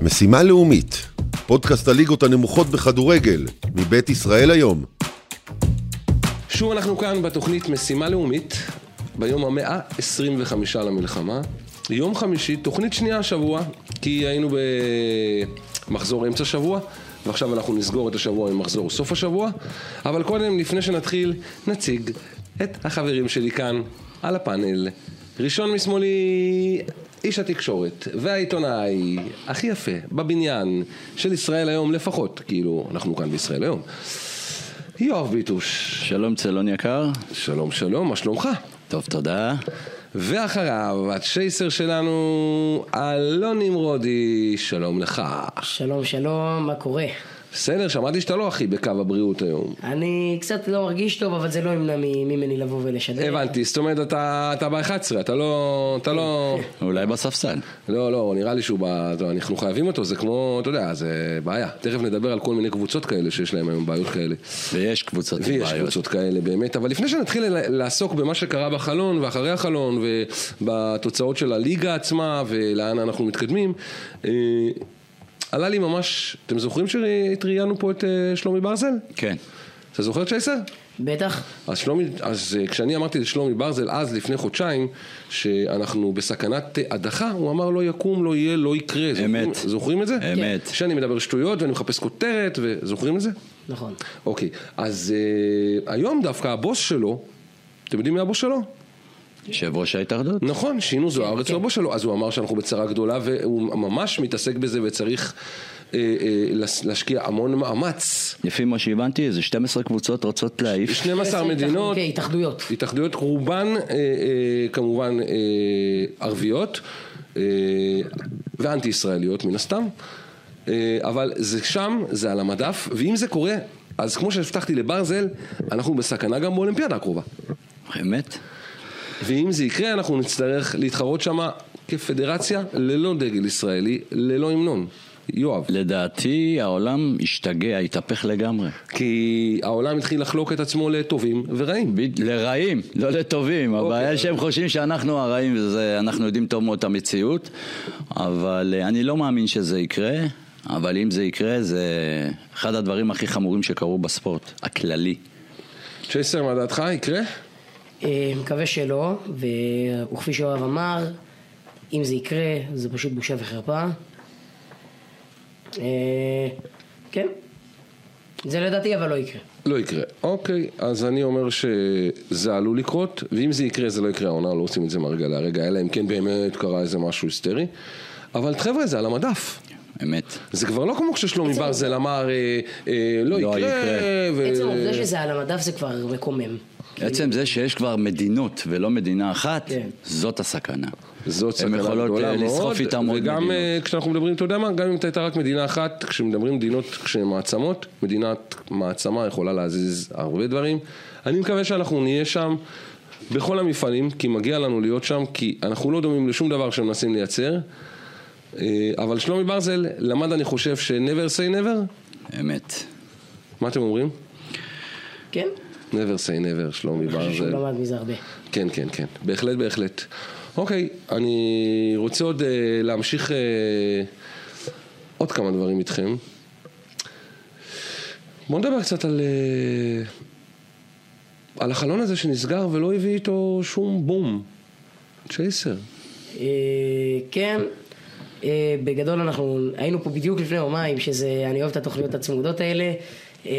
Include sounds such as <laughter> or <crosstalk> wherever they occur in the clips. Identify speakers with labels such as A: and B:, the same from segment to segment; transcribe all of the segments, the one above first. A: משימה לאומית, פודקאסט הליגות הנמוכות בכדורגל, מבית ישראל היום.
B: שוב אנחנו כאן בתוכנית משימה לאומית, ביום המאה 25 למלחמה. יום חמישי, תוכנית שנייה השבוע, כי היינו במחזור אמצע שבוע, ועכשיו אנחנו נסגור את השבוע עם מחזור סוף השבוע. אבל קודם, לפני שנתחיל, נציג את החברים שלי כאן, על הפאנל. ראשון משמאלי, איש התקשורת והעיתונאי הכי יפה בבניין של ישראל היום לפחות, כאילו, אנחנו כאן בישראל היום. יואב ביטוש,
C: שלום צלון יקר.
B: שלום שלום, מה שלומך?
C: טוב, תודה.
B: ואחריו, הצ'ייסר שלנו, אלון נמרודי, שלום לך.
D: שלום שלום, מה קורה?
B: בסדר, שמעתי שאתה לא הכי בקו הבריאות היום.
D: אני קצת לא מרגיש טוב, אבל זה לא ימנע מ- ממני לבוא ולשדר.
B: הבנתי, זאת אומרת, אתה, אתה ב-11, אתה לא... אתה לא...
C: אולי בספסל.
B: לא, לא, נראה לי שהוא ב... טוב, אנחנו חייבים אותו, זה כמו, אתה יודע, זה בעיה. תכף נדבר על כל מיני קבוצות כאלה שיש להם היום בעיות כאלה.
C: ויש קבוצות עם
B: ויש
C: בעיות.
B: קבוצות כאלה באמת, אבל לפני שנתחיל ל- לעסוק במה שקרה בחלון ואחרי החלון ובתוצאות של הליגה עצמה ולאן אנחנו מתקדמים, אה, עלה לי ממש, אתם זוכרים שראיינו פה את אה, שלומי ברזל?
C: כן.
B: אתה זוכר צ'ייסר?
D: בטח.
B: אז, שלומי, אז אה, כשאני אמרתי לשלומי ברזל אז לפני חודשיים שאנחנו בסכנת אה, הדחה, הוא אמר לא יקום, לא יהיה, לא יקרה. זוכרים-
C: אמת.
B: זוכרים את זה?
C: אמת.
B: שאני מדבר שטויות ואני מחפש כותרת, וזוכרים את זה?
D: נכון.
B: אוקיי, אז אה, היום דווקא הבוס שלו, אתם יודעים מי הבוס שלו?
C: יושב ראש ההתאחדות.
B: נכון, שינו זוארץ
D: כן.
B: הוא הבוס שלו, אז הוא אמר שאנחנו בצרה גדולה והוא ממש מתעסק בזה וצריך אה, אה, לס- להשקיע המון מאמץ.
C: לפי מה שהבנתי, איזה 12 קבוצות רוצות להעיף.
B: 12 מדינות,
D: כן, התאחדויות.
B: התאחדויות רובן אה, אה, כמובן אה, ערביות אה, ואנטי ישראליות מן הסתם, אה, אבל זה שם, זה על המדף, ואם זה קורה, אז כמו שהבטחתי לברזל, אנחנו בסכנה גם באולימפיאדה הקרובה.
C: אמת?
B: ואם זה יקרה, אנחנו נצטרך להתחרות שם כפדרציה ללא דגל ישראלי, ללא המנון. יואב.
C: לדעתי העולם השתגע, התהפך לגמרי.
B: כי העולם התחיל לחלוק את עצמו לטובים ורעים.
C: ב- לרעים, לא לטובים. הבעיה שהם חושבים שאנחנו הרעים, וזה- אנחנו יודעים טוב מאוד את המציאות, אבל אה, אני לא מאמין שזה יקרה, אבל אם זה יקרה, זה אחד הדברים הכי חמורים שקרו בספורט, הכללי.
B: צ'ייסר, מה דעתך? יקרה?
D: אה, מקווה שלא, ו- וכפי שאוהב אמר, אם זה יקרה, זה פשוט בושה וחרפה. אה, כן. זה לדעתי אבל לא יקרה.
B: לא יקרה. אוקיי, אז אני אומר שזה עלול לקרות, ואם זה יקרה, זה לא יקרה. העונה לא עושים את זה מהרגע להרגע, אלא אם כן באמת קרה איזה משהו היסטרי. אבל חבר'ה, זה על המדף.
C: אמת.
B: זה כבר לא כמו כששלומי
D: עצם-
B: ברזל אמר, אה, אה, לא
C: לא
B: יקרה.
C: יקרה.
B: ו-
D: עצם העובדה שזה על המדף זה כבר מקומם.
C: עצם זה שיש כבר מדינות ולא מדינה אחת,
D: כן.
C: זאת הסכנה.
B: זאת
C: הן
B: סכנה גדולה מאוד.
C: יכולות אה, לסחוף איתם עוד
B: וגם
C: מדינות.
B: אה, כשאנחנו מדברים, אתה יודע מה, גם אם הייתה רק מדינה אחת, כשמדברים מדינות כשהן מעצמות, מדינת מעצמה יכולה להזיז הרבה דברים. אני מקווה שאנחנו נהיה שם בכל המפעלים, כי מגיע לנו להיות שם, כי אנחנו לא דומים לשום דבר שמנסים לייצר. אה, אבל שלומי ברזל למד, אני חושב, ש-never say never.
C: אמת.
B: אה, מה אתם אומרים?
D: כן?
B: never say never, שלומי
D: אני חושב שהוא
B: ברזל.
D: למד מזה הרבה.
B: כן, כן, כן, בהחלט, בהחלט. אוקיי, אני רוצה עוד אה, להמשיך אה, עוד כמה דברים איתכם. בואו נדבר קצת על, אה, על החלון הזה שנסגר ולא הביא איתו שום בום. צ'ייסר.
D: אה, כן, אה, בגדול אנחנו היינו פה בדיוק לפני יומיים, שזה, אני אוהב את התוכניות הצמודות האלה. אה,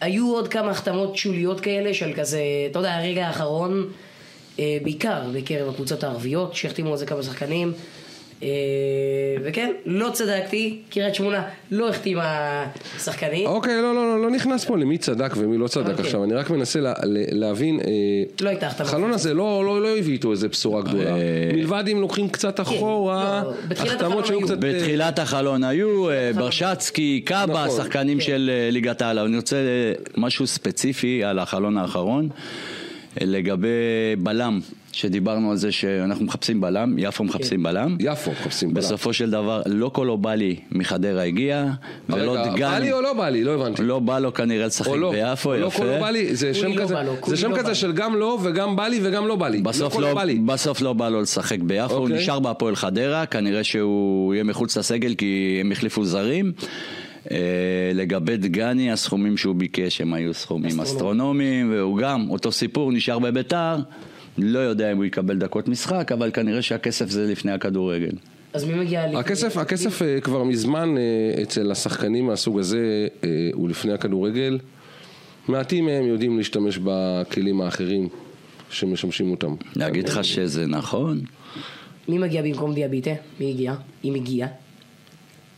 D: היו עוד כמה החתמות שוליות כאלה של כזה, אתה יודע, הרגע האחרון, אה, בעיקר בקרב הקבוצות הערביות, שהחתימו על זה כמה שחקנים. אה, וכן, לא צדקתי, קריית שמונה לא החתימה שחקנים.
B: אוקיי, לא, לא, לא, לא נכנס פה למי צדק ומי לא צדק
D: אוקיי.
B: עכשיו, אני רק מנסה לה, לה, להבין. אה,
D: לא הייתה החתמה.
B: החלון הזה לא, לא, לא הביא איתו איזה בשורה גדולה.
C: אה,
B: מלבד אם לוקחים קצת אחורה,
D: כן, לא, בתחילת
B: החתמות
D: החלון
B: שהיו
D: היו.
B: קצת... אה,
C: בתחילת החלון היו אה, ברשצקי, קאבה,
B: נכון.
C: שחקנים של אה, ליגת העל. אבל אני רוצה אה, משהו ספציפי על החלון האחרון, אה, לגבי בלם. שדיברנו על זה שאנחנו מחפשים בלם, יפו מחפשים בלם.
B: יפו, מחפשים בלם.
C: בסופו של דבר, לא כל אובלי מחדרה הגיע, ולא
B: רגע,
C: דגן.
B: בא לי או לא בא לי? לא הבנתי.
C: לא בא לו כנראה לשחק
B: או לא.
C: ביפו,
B: או לא,
C: יפה.
B: כל לא בא לי, זה
D: כולי
B: שם
D: לא
B: כזה,
D: בא לו, כולי
B: זה שם
D: לא בא
B: כזה
D: לו.
B: של גם לא וגם בא לי וגם לא בא לי.
C: בסוף
B: כל
C: לא,
B: בא לי.
C: בסוף לא בא לו לשחק ביפו, הוא
B: אוקיי.
C: נשאר בהפועל חדרה, כנראה שהוא יהיה מחוץ לסגל כי הם החליפו זרים. אה, לגבי דגני, הסכומים שהוא ביקש הם היו סכומים אסטרונומיים, והוא גם, אותו סיפור, נשאר בביתר, לא יודע אם הוא יקבל דקות משחק, אבל כנראה שהכסף זה לפני הכדורגל.
D: אז מי מגיע לפני?
B: הכסף, הכסף אה, כבר מזמן אה, אצל השחקנים מהסוג הזה אה, הוא לפני הכדורגל. מעטים מהם יודעים להשתמש בכלים האחרים שמשמשים אותם.
C: להגיד לך שזה נכון?
D: מי מגיע במקום דיאביטה? מי הגיע? אם הגיע.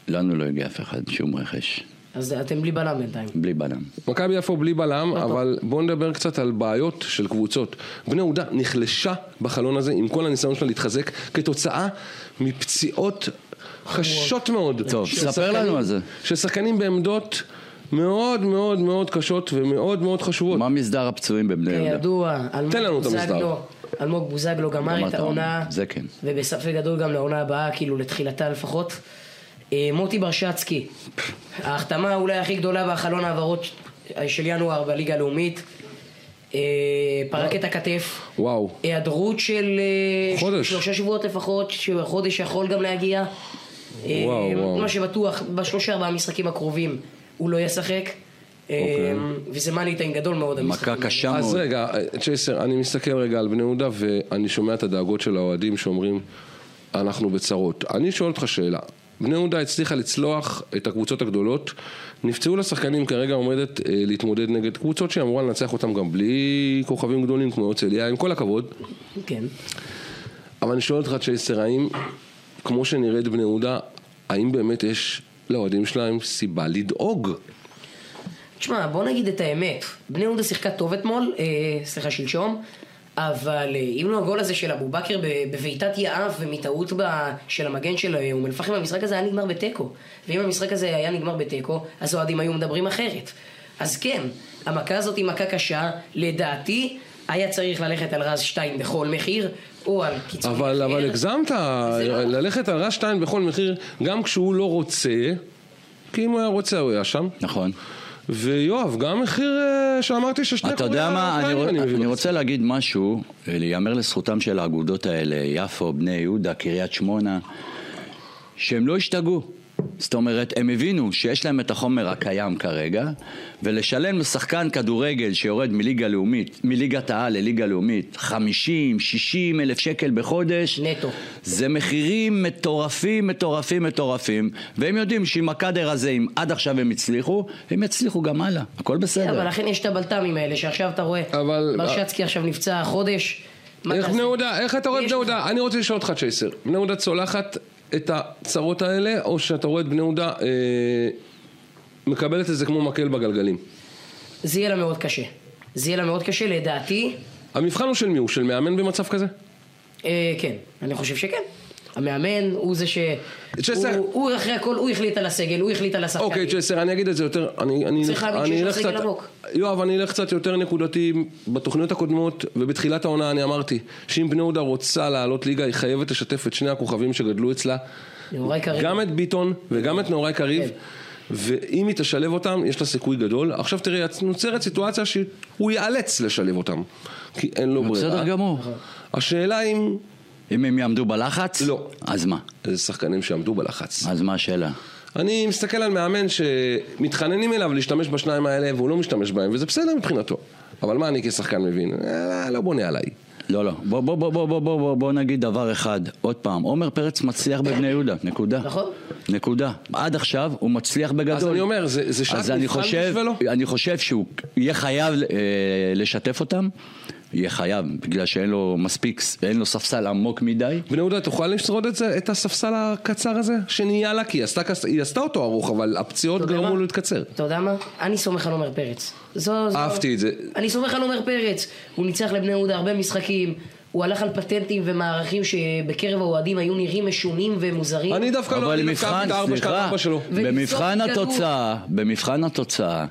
C: לנו לא הגיע אף אחד, שום רכש,
D: אז אתם בלי בלם בינתיים.
C: בלי בלם.
B: מכבי יפו בלי בלם, אבל בואו נדבר קצת על בעיות של קבוצות. בני יהודה נחלשה בחלון הזה עם כל הניסיון שלה להתחזק כתוצאה מפציעות קשות מאוד.
C: טוב,
B: של
C: ספר
B: שחקנים-
C: לנו על זה.
B: של שחקנים בעמדות מאוד מאוד מאוד קשות ומאוד מאוד חשובות.
C: מה מסדר הפצועים
D: כן,
C: בבני יהודה?
D: כידוע, אלמוג
B: תן לנו את המסדר.
D: בוזגלו, אלמוג בוזגלו גמר
C: גמר
D: את
C: את
D: העונה,
C: העונה, זה כן.
D: ובספק גדול גם לעונה הבאה, כאילו לתחילתה לפחות. אה, מוטי ברשצקי, ההחתמה אולי הכי גדולה בחלון העברות של ינואר בליגה הלאומית. אה, פרק את הכתף.
B: וואו.
D: היעדרות של אה,
B: חודש.
D: שלושה שבועות לפחות, שבחודש יכול גם להגיע. אה,
B: וואו, וואו.
D: מה שבטוח, בשלושה ארבעה המשחקים הקרובים הוא לא ישחק.
B: אוקיי.
D: אה, וזה מאני טיים גדול מאוד. המשחקים
C: מכה
D: האלה.
C: קשה
B: אז
C: מאוד.
B: רגע, צ'ייסר, אני מסתכל רגע על בני יהודה ואני שומע את הדאגות של האוהדים שאומרים, אנחנו בצרות. אני שואל אותך שאלה. בני יהודה הצליחה לצלוח את הקבוצות הגדולות, נפצעו לשחקנים כרגע עומדת אה, להתמודד נגד קבוצות שהיא אמורה לנצח אותם גם בלי כוכבים גדולים כמו הרצליה, עם כל הכבוד.
D: כן.
B: אבל אני שואל אותך צ'ייסר, האם כמו שנראית בני יהודה, האם באמת יש לאוהדים שלהם סיבה לדאוג?
D: תשמע, בוא נגיד את האמת. בני יהודה שיחקה טוב אתמול, אה, סליחה, שלשום, אבל אה, אם לא הגול הזה של אבו בכר ב- בבעיטת יעף ומטעות ב- של המגן של אה, אום אל-פחם, המשחק הזה היה נגמר בתיקו. ואם המשחק הזה היה נגמר בתיקו, אז האוהדים היו מדברים אחרת. אז כן, המכה הזאת היא מכה קשה, לדעתי... היה צריך ללכת על רז שטיין בכל מחיר, או על קיצוני
B: אבל,
D: אחר.
B: אבל הגזמת,
D: לא- זה לא-
B: ללכת על רש 2 בכל מחיר, גם כשהוא לא רוצה, כי אם הוא היה רוצה הוא היה שם.
C: נכון.
B: ויואב, גם מחיר אה, שאמרתי ששני
C: אתה
B: כובעים
C: יודע מה, אני,
B: האוקראינים
C: רוצ, אני,
B: מביא בחצי.
C: אני רוצה להגיד משהו, אה, להיאמר לזכותם של האגודות האלה, יפו, בני יהודה, קריית שמונה, שהם לא השתגעו. זאת אומרת, הם הבינו שיש להם את החומר הקיים כרגע, ולשלם לשחקן כדורגל שיורד מליגה לאומית, מליגת העל לליגה לאומית, 50, 60 אלף שקל בחודש,
D: נטו.
C: זה מחירים מטורפים, מטורפים, מטורפים, והם יודעים שעם הקאדר הזה, אם עד עכשיו הם הצליחו, הם יצליחו גם הלאה, הכל בסדר.
D: אבל לכן יש את הבלת"מים האלה, שעכשיו אתה רואה,
B: אבל-
D: ברשצקי עכשיו נפצע חודש. מה
B: איך
D: תעשה?
B: בני יהודה, איך אתה רואה את
D: יש
B: בני יהודה? אני רוצה לשאול אותך צ'ייסר, בני יהודה צולחת את הצרות האלה, או שאתה רואה את בני יהודה אה, מקבלת את זה כמו מקל בגלגלים?
D: זה יהיה לה מאוד קשה. זה יהיה לה מאוד קשה, לדעתי,
B: המבחן הוא של מי? הוא של מאמן במצב כזה?
D: אה, כן. אני חושב שכן. המאמן הוא זה ש...
B: צ'סר.
D: הוא, הוא אחרי הכל, הוא החליט על הסגל, הוא החליט על השחקנים.
B: אוקיי, צ'סר, אני אגיד את זה יותר, אני, אני,
D: צריך להבין
B: אני
D: שיש לו
B: אלך
D: סגל
B: קצת,
D: עמוק.
B: יואב, אני אלך קצת יותר נקודתי, בתוכניות הקודמות ובתחילת העונה אני אמרתי, שאם בני יהודה רוצה לעלות ליגה, היא חייבת לשתף את שני הכוכבים שגדלו אצלה,
D: נאורי קריב.
B: גם את ביטון וגם את נאורי קריב,
D: כן.
B: ואם היא תשלב אותם, יש לה סיכוי גדול. עכשיו תראה, נוצרת סיטואציה שהוא ייאלץ לשלב אותם, כי אין לו ברירה.
C: בסדר גמור.
B: השאלה אם,
C: אם הם יעמדו בלחץ?
B: לא.
C: אז מה?
B: זה שחקנים שעמדו בלחץ.
C: אז מה השאלה?
B: אני מסתכל על מאמן שמתחננים אליו להשתמש בשניים האלה והוא לא משתמש בהם, וזה בסדר מבחינתו. אבל מה אני כשחקן מבין? אה, לא בונה עליי.
C: לא, לא. בוא, בוא, בוא, בוא, בוא, בוא, בוא, בוא נגיד דבר אחד. עוד פעם, עומר פרץ מצליח בבני יהודה, נקודה.
D: נכון.
C: נקודה. עד עכשיו הוא מצליח בגדול.
B: אז אני אומר, זה- זה שעת
C: אז אני
B: מבחן
C: חושב-
B: בשבילו?
C: אני חושב שהוא יהיה חייב אה, לשתף אותם. יהיה חייב, בגלל שאין לו מספיק, אין לו ספסל עמוק מדי.
B: בני יהודה, תוכל לשרוד את זה, את הספסל הקצר הזה? שנהיה לה, כי היא עשתה, כס- היא עשתה אותו ארוך, אבל הפציעות
D: יודע
B: גרמו
D: מה?
B: לו להתקצר.
D: אתה יודע מה? אני סומך על עומר פרץ. זו, זו...
B: אהבתי את זה.
D: אני סומך על עומר פרץ. הוא ניצח לבני יהודה הרבה משחקים. הוא הלך על פטנטים ומערכים שבקרב האוהדים היו נראים משונים ומוזרים.
B: אני דווקא לא...
C: אבל
B: אני דווקא
C: מבחן,
B: אהבתי את הארבע שתיים
C: סליחה,
B: ארבע שלו.
D: ולצעוק
C: במבחן
D: כדור.
C: התוצאה, במבחן התוצאה,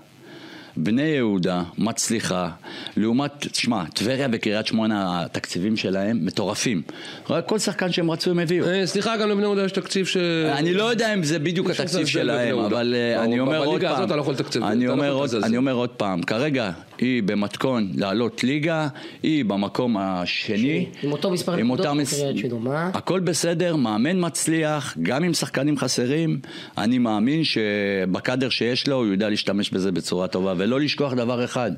C: בני יהודה מצליחה, לעומת, תשמע, טבריה וקריית שמונה, התקציבים שלהם מטורפים. רק כל שחקן שהם רצו הם הביאו.
B: אה, סליחה, גם לבני יהודה יש תקציב ש...
C: אני לא יודע אם זה בדיוק
B: יש
C: התקציב
B: הבדל בבני
C: שלהם,
B: יהודה.
C: אבל אה,
B: ברור,
C: אני אומר
B: לא, בליגה
C: עוד פעם.
B: הזאת אתה לא יכול לתקצב, אתה
C: אני
B: לא
C: אומר
B: יכול
C: עוד-
B: לקזז.
C: אני אומר עוד פעם, כרגע היא במתכון לעלות ליגה, היא במקום השני.
D: עם אותו מספר
C: עם
D: נקודות
C: אותם
D: כמו
C: מס-
D: קריית שמונה.
C: הכל בסדר, מאמן מצליח, גם עם שחקנים חסרים, אני מאמין שבקאדר שיש לו הוא יודע להשתמש בזה בצורה טובה, ולא לשכוח דבר אחד.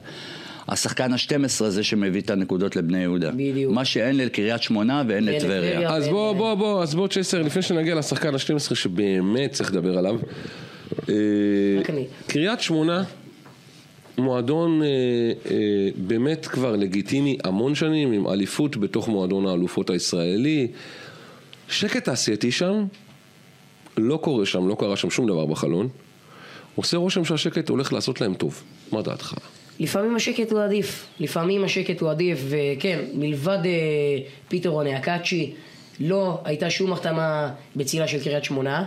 C: השחקן ה-12 זה שמביא את הנקודות לבני יהודה.
D: בדיוק.
C: מה שאין לקריית שמונה ואין
D: ואין
C: לטבריה.
D: לטבריה.
B: אז בוא, בוא, בוא, אז בוא, צ'סר, לפני שנגיע לשחקן ה-12 שבאמת צריך לדבר עליו. אה,
D: רק אני.
B: קריית שמונה, מועדון אה, אה, באמת כבר לגיטימי המון שנים, עם אליפות בתוך מועדון האלופות הישראלי. שקט תעשייתי שם, לא קורה שם, לא קרה שם שום דבר בחלון. עושה רושם שהשקט הולך לעשות להם טוב. מה דעתך?
D: לפעמים השקט הוא עדיף, לפעמים השקט הוא עדיף, וכן, מלבד אה, פיטר אונקאצ'י, לא הייתה שום החתמה בצילה של קריית שמונה,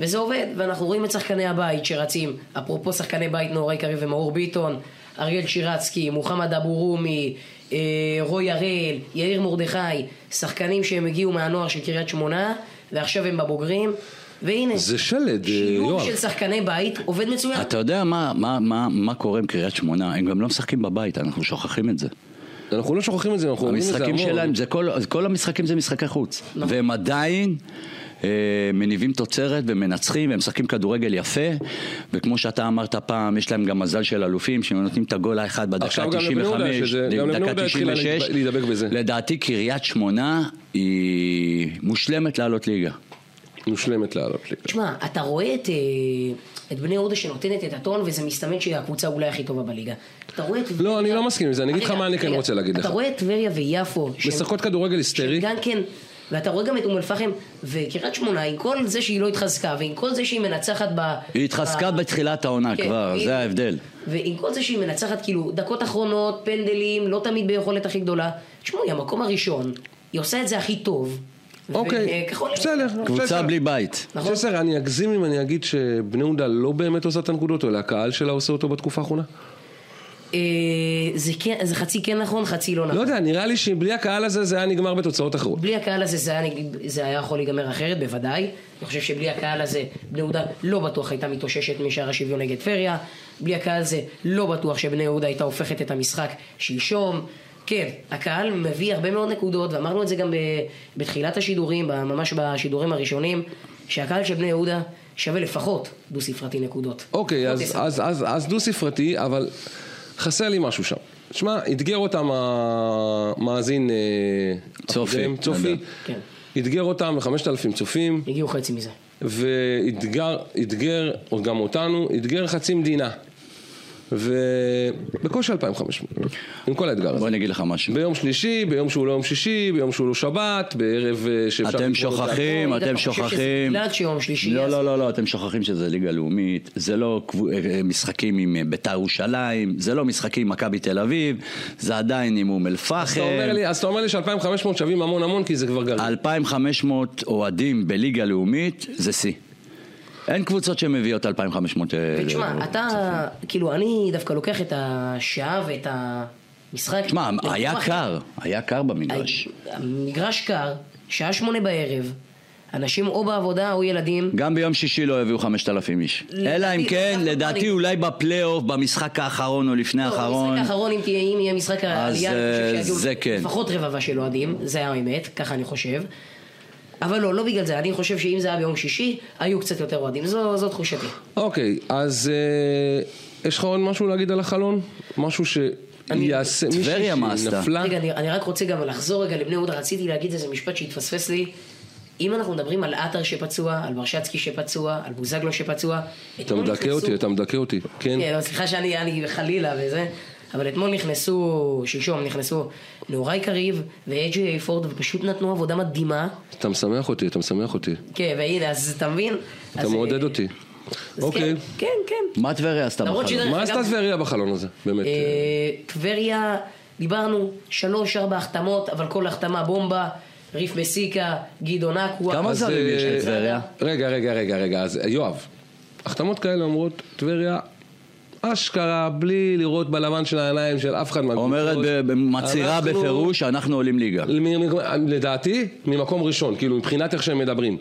D: וזה עובד, ואנחנו רואים את שחקני הבית שרצים, אפרופו שחקני בית נאורי קריב ומאור ביטון, אריאל שירצקי, מוחמד אבו רומי, אה, רוי הראל, יאיר מרדכי, שחקנים שהם הגיעו מהנוער של קריית שמונה, ועכשיו הם בבוגרים, והנה,
B: זה שלד, אה,
D: שילוב
B: יואב.
D: של שחקני בית עובד מצוין.
C: אתה יודע מה, מה, מה, מה קורה עם קריית שמונה? הם גם לא משחקים בבית, אנחנו שוכחים את זה.
B: אנחנו לא שוכחים את זה, אנחנו אומרים את זה המון.
C: המשחקים שלהם, זה כל, אז כל המשחקים זה משחקי חוץ.
D: נכון.
C: והם עדיין אה, מניבים תוצרת ומנצחים, והם משחקים כדורגל יפה, וכמו שאתה אמרת פעם, יש להם גם מזל של אלופים, שהם נותנים את הגול האחד בדקה
B: עכשיו גם לבני יהודה
C: 95,
B: שזה- גם לבני
C: דקה
B: יהודה התחילה
C: 96.
B: להידבק בזה.
C: לדעתי קריית שמונה היא מושלמת לעלות ליגה.
B: מושלמת לעלות ליגה.
D: תשמע, אתה רואה את, אה, את בני יהודה שנותנת את הטון, וזה מסתמן שהיא הקבוצה אולי הכי טובה בליגה. אתה רואה את...
B: לא, אני לא מסכים עם זה, אני אגיד לך
D: רגע,
B: מה אני כן
D: רגע,
B: רוצה להגיד לך.
D: אתה רואה את טבריה ויפו. שהם-
B: משחקות כדורגל היסטרי.
D: שגם כן, ואתה רואה גם את אום אל-פחם, וקריית שמונה, עם כל זה שהיא לא התחזקה, ועם כל זה שהיא מנצחת ב...
C: היא התחזקה
D: ב-
C: בתחילת העונה
D: כן,
C: כבר,
D: היא-
C: זה ההבדל.
D: ועם כל זה שהיא מנצחת, כאילו, דקות אחרונות, פנדלים, לא תמיד ביכולת הכי גדולה. תשמעו, היא המקום הראשון, היא עושה את זה הכי טוב.
B: אוקיי,
D: וככל-
B: בסדר.
C: קבוצה
B: בסדר.
C: בלי בית.
D: נכון.
B: בסדר, אני אגזים אם אני אגיד שבני יהודה לא באמת עושה את הנקודות, אלא הקהל שלה עושה אותו בתקופה האחרונה.
D: אה, זה כן- זה חצי כן נכון, חצי לא נכון.
B: לא יודע, נראה לי שבלי הקהל הזה זה היה נגמר בתוצאות אחרות.
D: בלי הקהל הזה זה היה, זה היה יכול להיגמר אחרת, בוודאי. אני חושב שבלי הקהל הזה, בני יהודה לא בטוח הייתה מתאוששת משער השוויון נגד טבריה. בלי הקהל הזה, לא בטוח שבני יהודה הייתה הופכת את המשחק שלשום. כן, הקהל מביא הרבה מאוד נקודות, ואמרנו את זה גם ב- בתחילת השידורים, ב- ממש בשידורים הראשונים, שהקהל של בני יהודה שווה לפחות דו ספרתי נקודות.
B: אוקיי, אז,
D: לפחות
B: אז, אז, אז דו ספרתי, אבל חסר לי משהו שם. שמע, אתגר אותם המאזין אה,
C: צופי,
B: הקודם, צופי.
C: נדב.
D: כן.
B: אתגר אותם לחמשת אלפים צופים.
D: הגיעו חצי מזה.
B: ואתגר, אתגר, או גם אותנו, אתגר חצי מדינה. ובקושי 2,500, עם כל האתגר הזה.
C: בוא אני אגיד לך משהו.
B: ביום שלישי, ביום שהוא לא יום שישי, ביום שהוא לא שבת, בערב אה, שאפשר...
C: אתם
B: לקרוא אותו.
C: שוכחים,
D: אתה
C: אתם
D: חושב שזה
C: שוכחים.
D: בגלל שיום שלישי,
C: לא,
D: אז-
C: לא, לא, לא, אתם שוכחים שזה ליגה לאומית, זה לא קבו- אה, אה, משחקים עם אה, ביתר ירושלים, זה לא משחקים עם מכבי תל אביב, זה עדיין עם
B: אתה
C: אום
B: אומר
C: אל-פחם.
B: לי- אז אתה אומר לי ש-2,500 שווים המון המון, כי זה כבר גרעין.
C: 2,500 אוהדים בליגה לאומית, זה שיא. אין קבוצות שמביאות 2,500... אה,
D: ותשמע, אתה, כאילו, אני דווקא לוקח את השעה ואת המשחק.
C: תשמע, היה
D: לניתוח.
C: קר, היה קר במגרש.
D: המגרש קר, שעה שמונה בערב, אנשים או בעבודה או ילדים.
C: גם ביום שישי לא הביאו 5,000 איש.
D: לדעתי,
C: אלא אם כן,
D: אנחנו
C: לדעתי
D: אני-
C: אולי בפלייאוף, במשחק האחרון או לפני האחרון.
D: המשחק האחרון, אם תהיה, אם יהיה משחק העלייה, אני
C: אה,
D: חושב שיגיעו
C: זה כן.
D: לפחות רבבה של אוהדים, זה האמת, ככה אני חושב. אבל לא, לא בגלל זה, אני חושב שאם זה היה ביום שישי, היו קצת יותר אוהדים, זו, זו תחושתי.
B: אוקיי, אז אה, יש לך עוד משהו להגיד על החלון? משהו
D: אני-
B: שיעשה... מישהי
C: טבריה, מה עשתה?
B: שנפלה?
D: רגע, אני, אני רק רוצה גם לחזור רגע לבני יהודה, רציתי להגיד איזה משפט שהתפספס לי. אם אנחנו מדברים על עטר שפצוע, על ברשצקי שפצוע, על בוזגלו שפצוע,
B: אתה
D: אתמול
B: מדכא
D: לא נכנסו-
B: אותי, אתה מדכא אותי. כן.
D: כן, לא, סליחה שאני אני חלילה וזה, אבל אתמול נכנסו, שלשום נכנסו נעורי קריב ואג'י פורד, ופשוט נתנו עבודה מדהימה.
B: אתה משמח אותי, אתה משמח אותי.
D: כן, והנה, אז אתה מבין?
B: אתה
D: אז,
B: מעודד
D: אה,
B: אותי.
D: אז
B: אוקיי.
D: כן, כן, כן.
C: מה טבריה עשתה
D: למרות
C: בחלום?
D: שזה-
B: מה עשתה
D: אה, גם-
B: טבריה בחלון הזה? באמת.
D: אה, טבריה, דיברנו, שלוש, ארבע החתמות, אבל כל החתמה בומבה, ריף מסיקה, גדעון אקווה.
C: כמה
B: אז,
C: זרים יש
B: אה,
C: לטבריה?
B: רגע, רגע, רגע, רגע, אז אה, יואב, החתמות כאלה אומרות, טבריה, אשכרה, בלי לראות בלבן של העיניים של אף אחד מהקבוצות.
C: אומרת, ב- ב- מצהירה
B: אנחנו-
C: בפירוש שאנחנו עולים ליגה.
B: מ- מ- לדעתי, ממקום ראשון, כאילו, מבחינת איך שהם מדברים.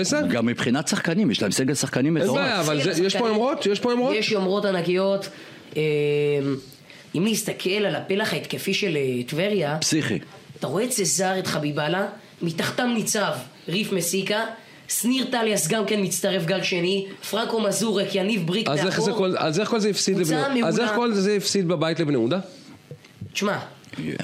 B: בסדר?
C: גם מבחינת שחקנים, יש להם סגל שחקנים
B: אין
C: מטורף.
B: בעיה, אה, אבל זה- יש פה יומרות? יש פה יומרות?
D: יש יומרות ענקיות. אה, אם נסתכל על הפלח ההתקפי של אה, טבריה,
C: פסיכי.
D: אתה רואה את סזר, את חביבאללה, מתחתם ניצב ריף מסיקה, שניר טליאס גם כן מצטרף גל שני, פרנקו מזורק, יניב בריק
B: אז איך זה כל- אז איך כל זה הפסיד
D: נכון. קבוצה
B: לבני יהודה? אז איך כל
D: מעולה.
B: זה הפסיד בבית לבני יהודה?
D: תשמע,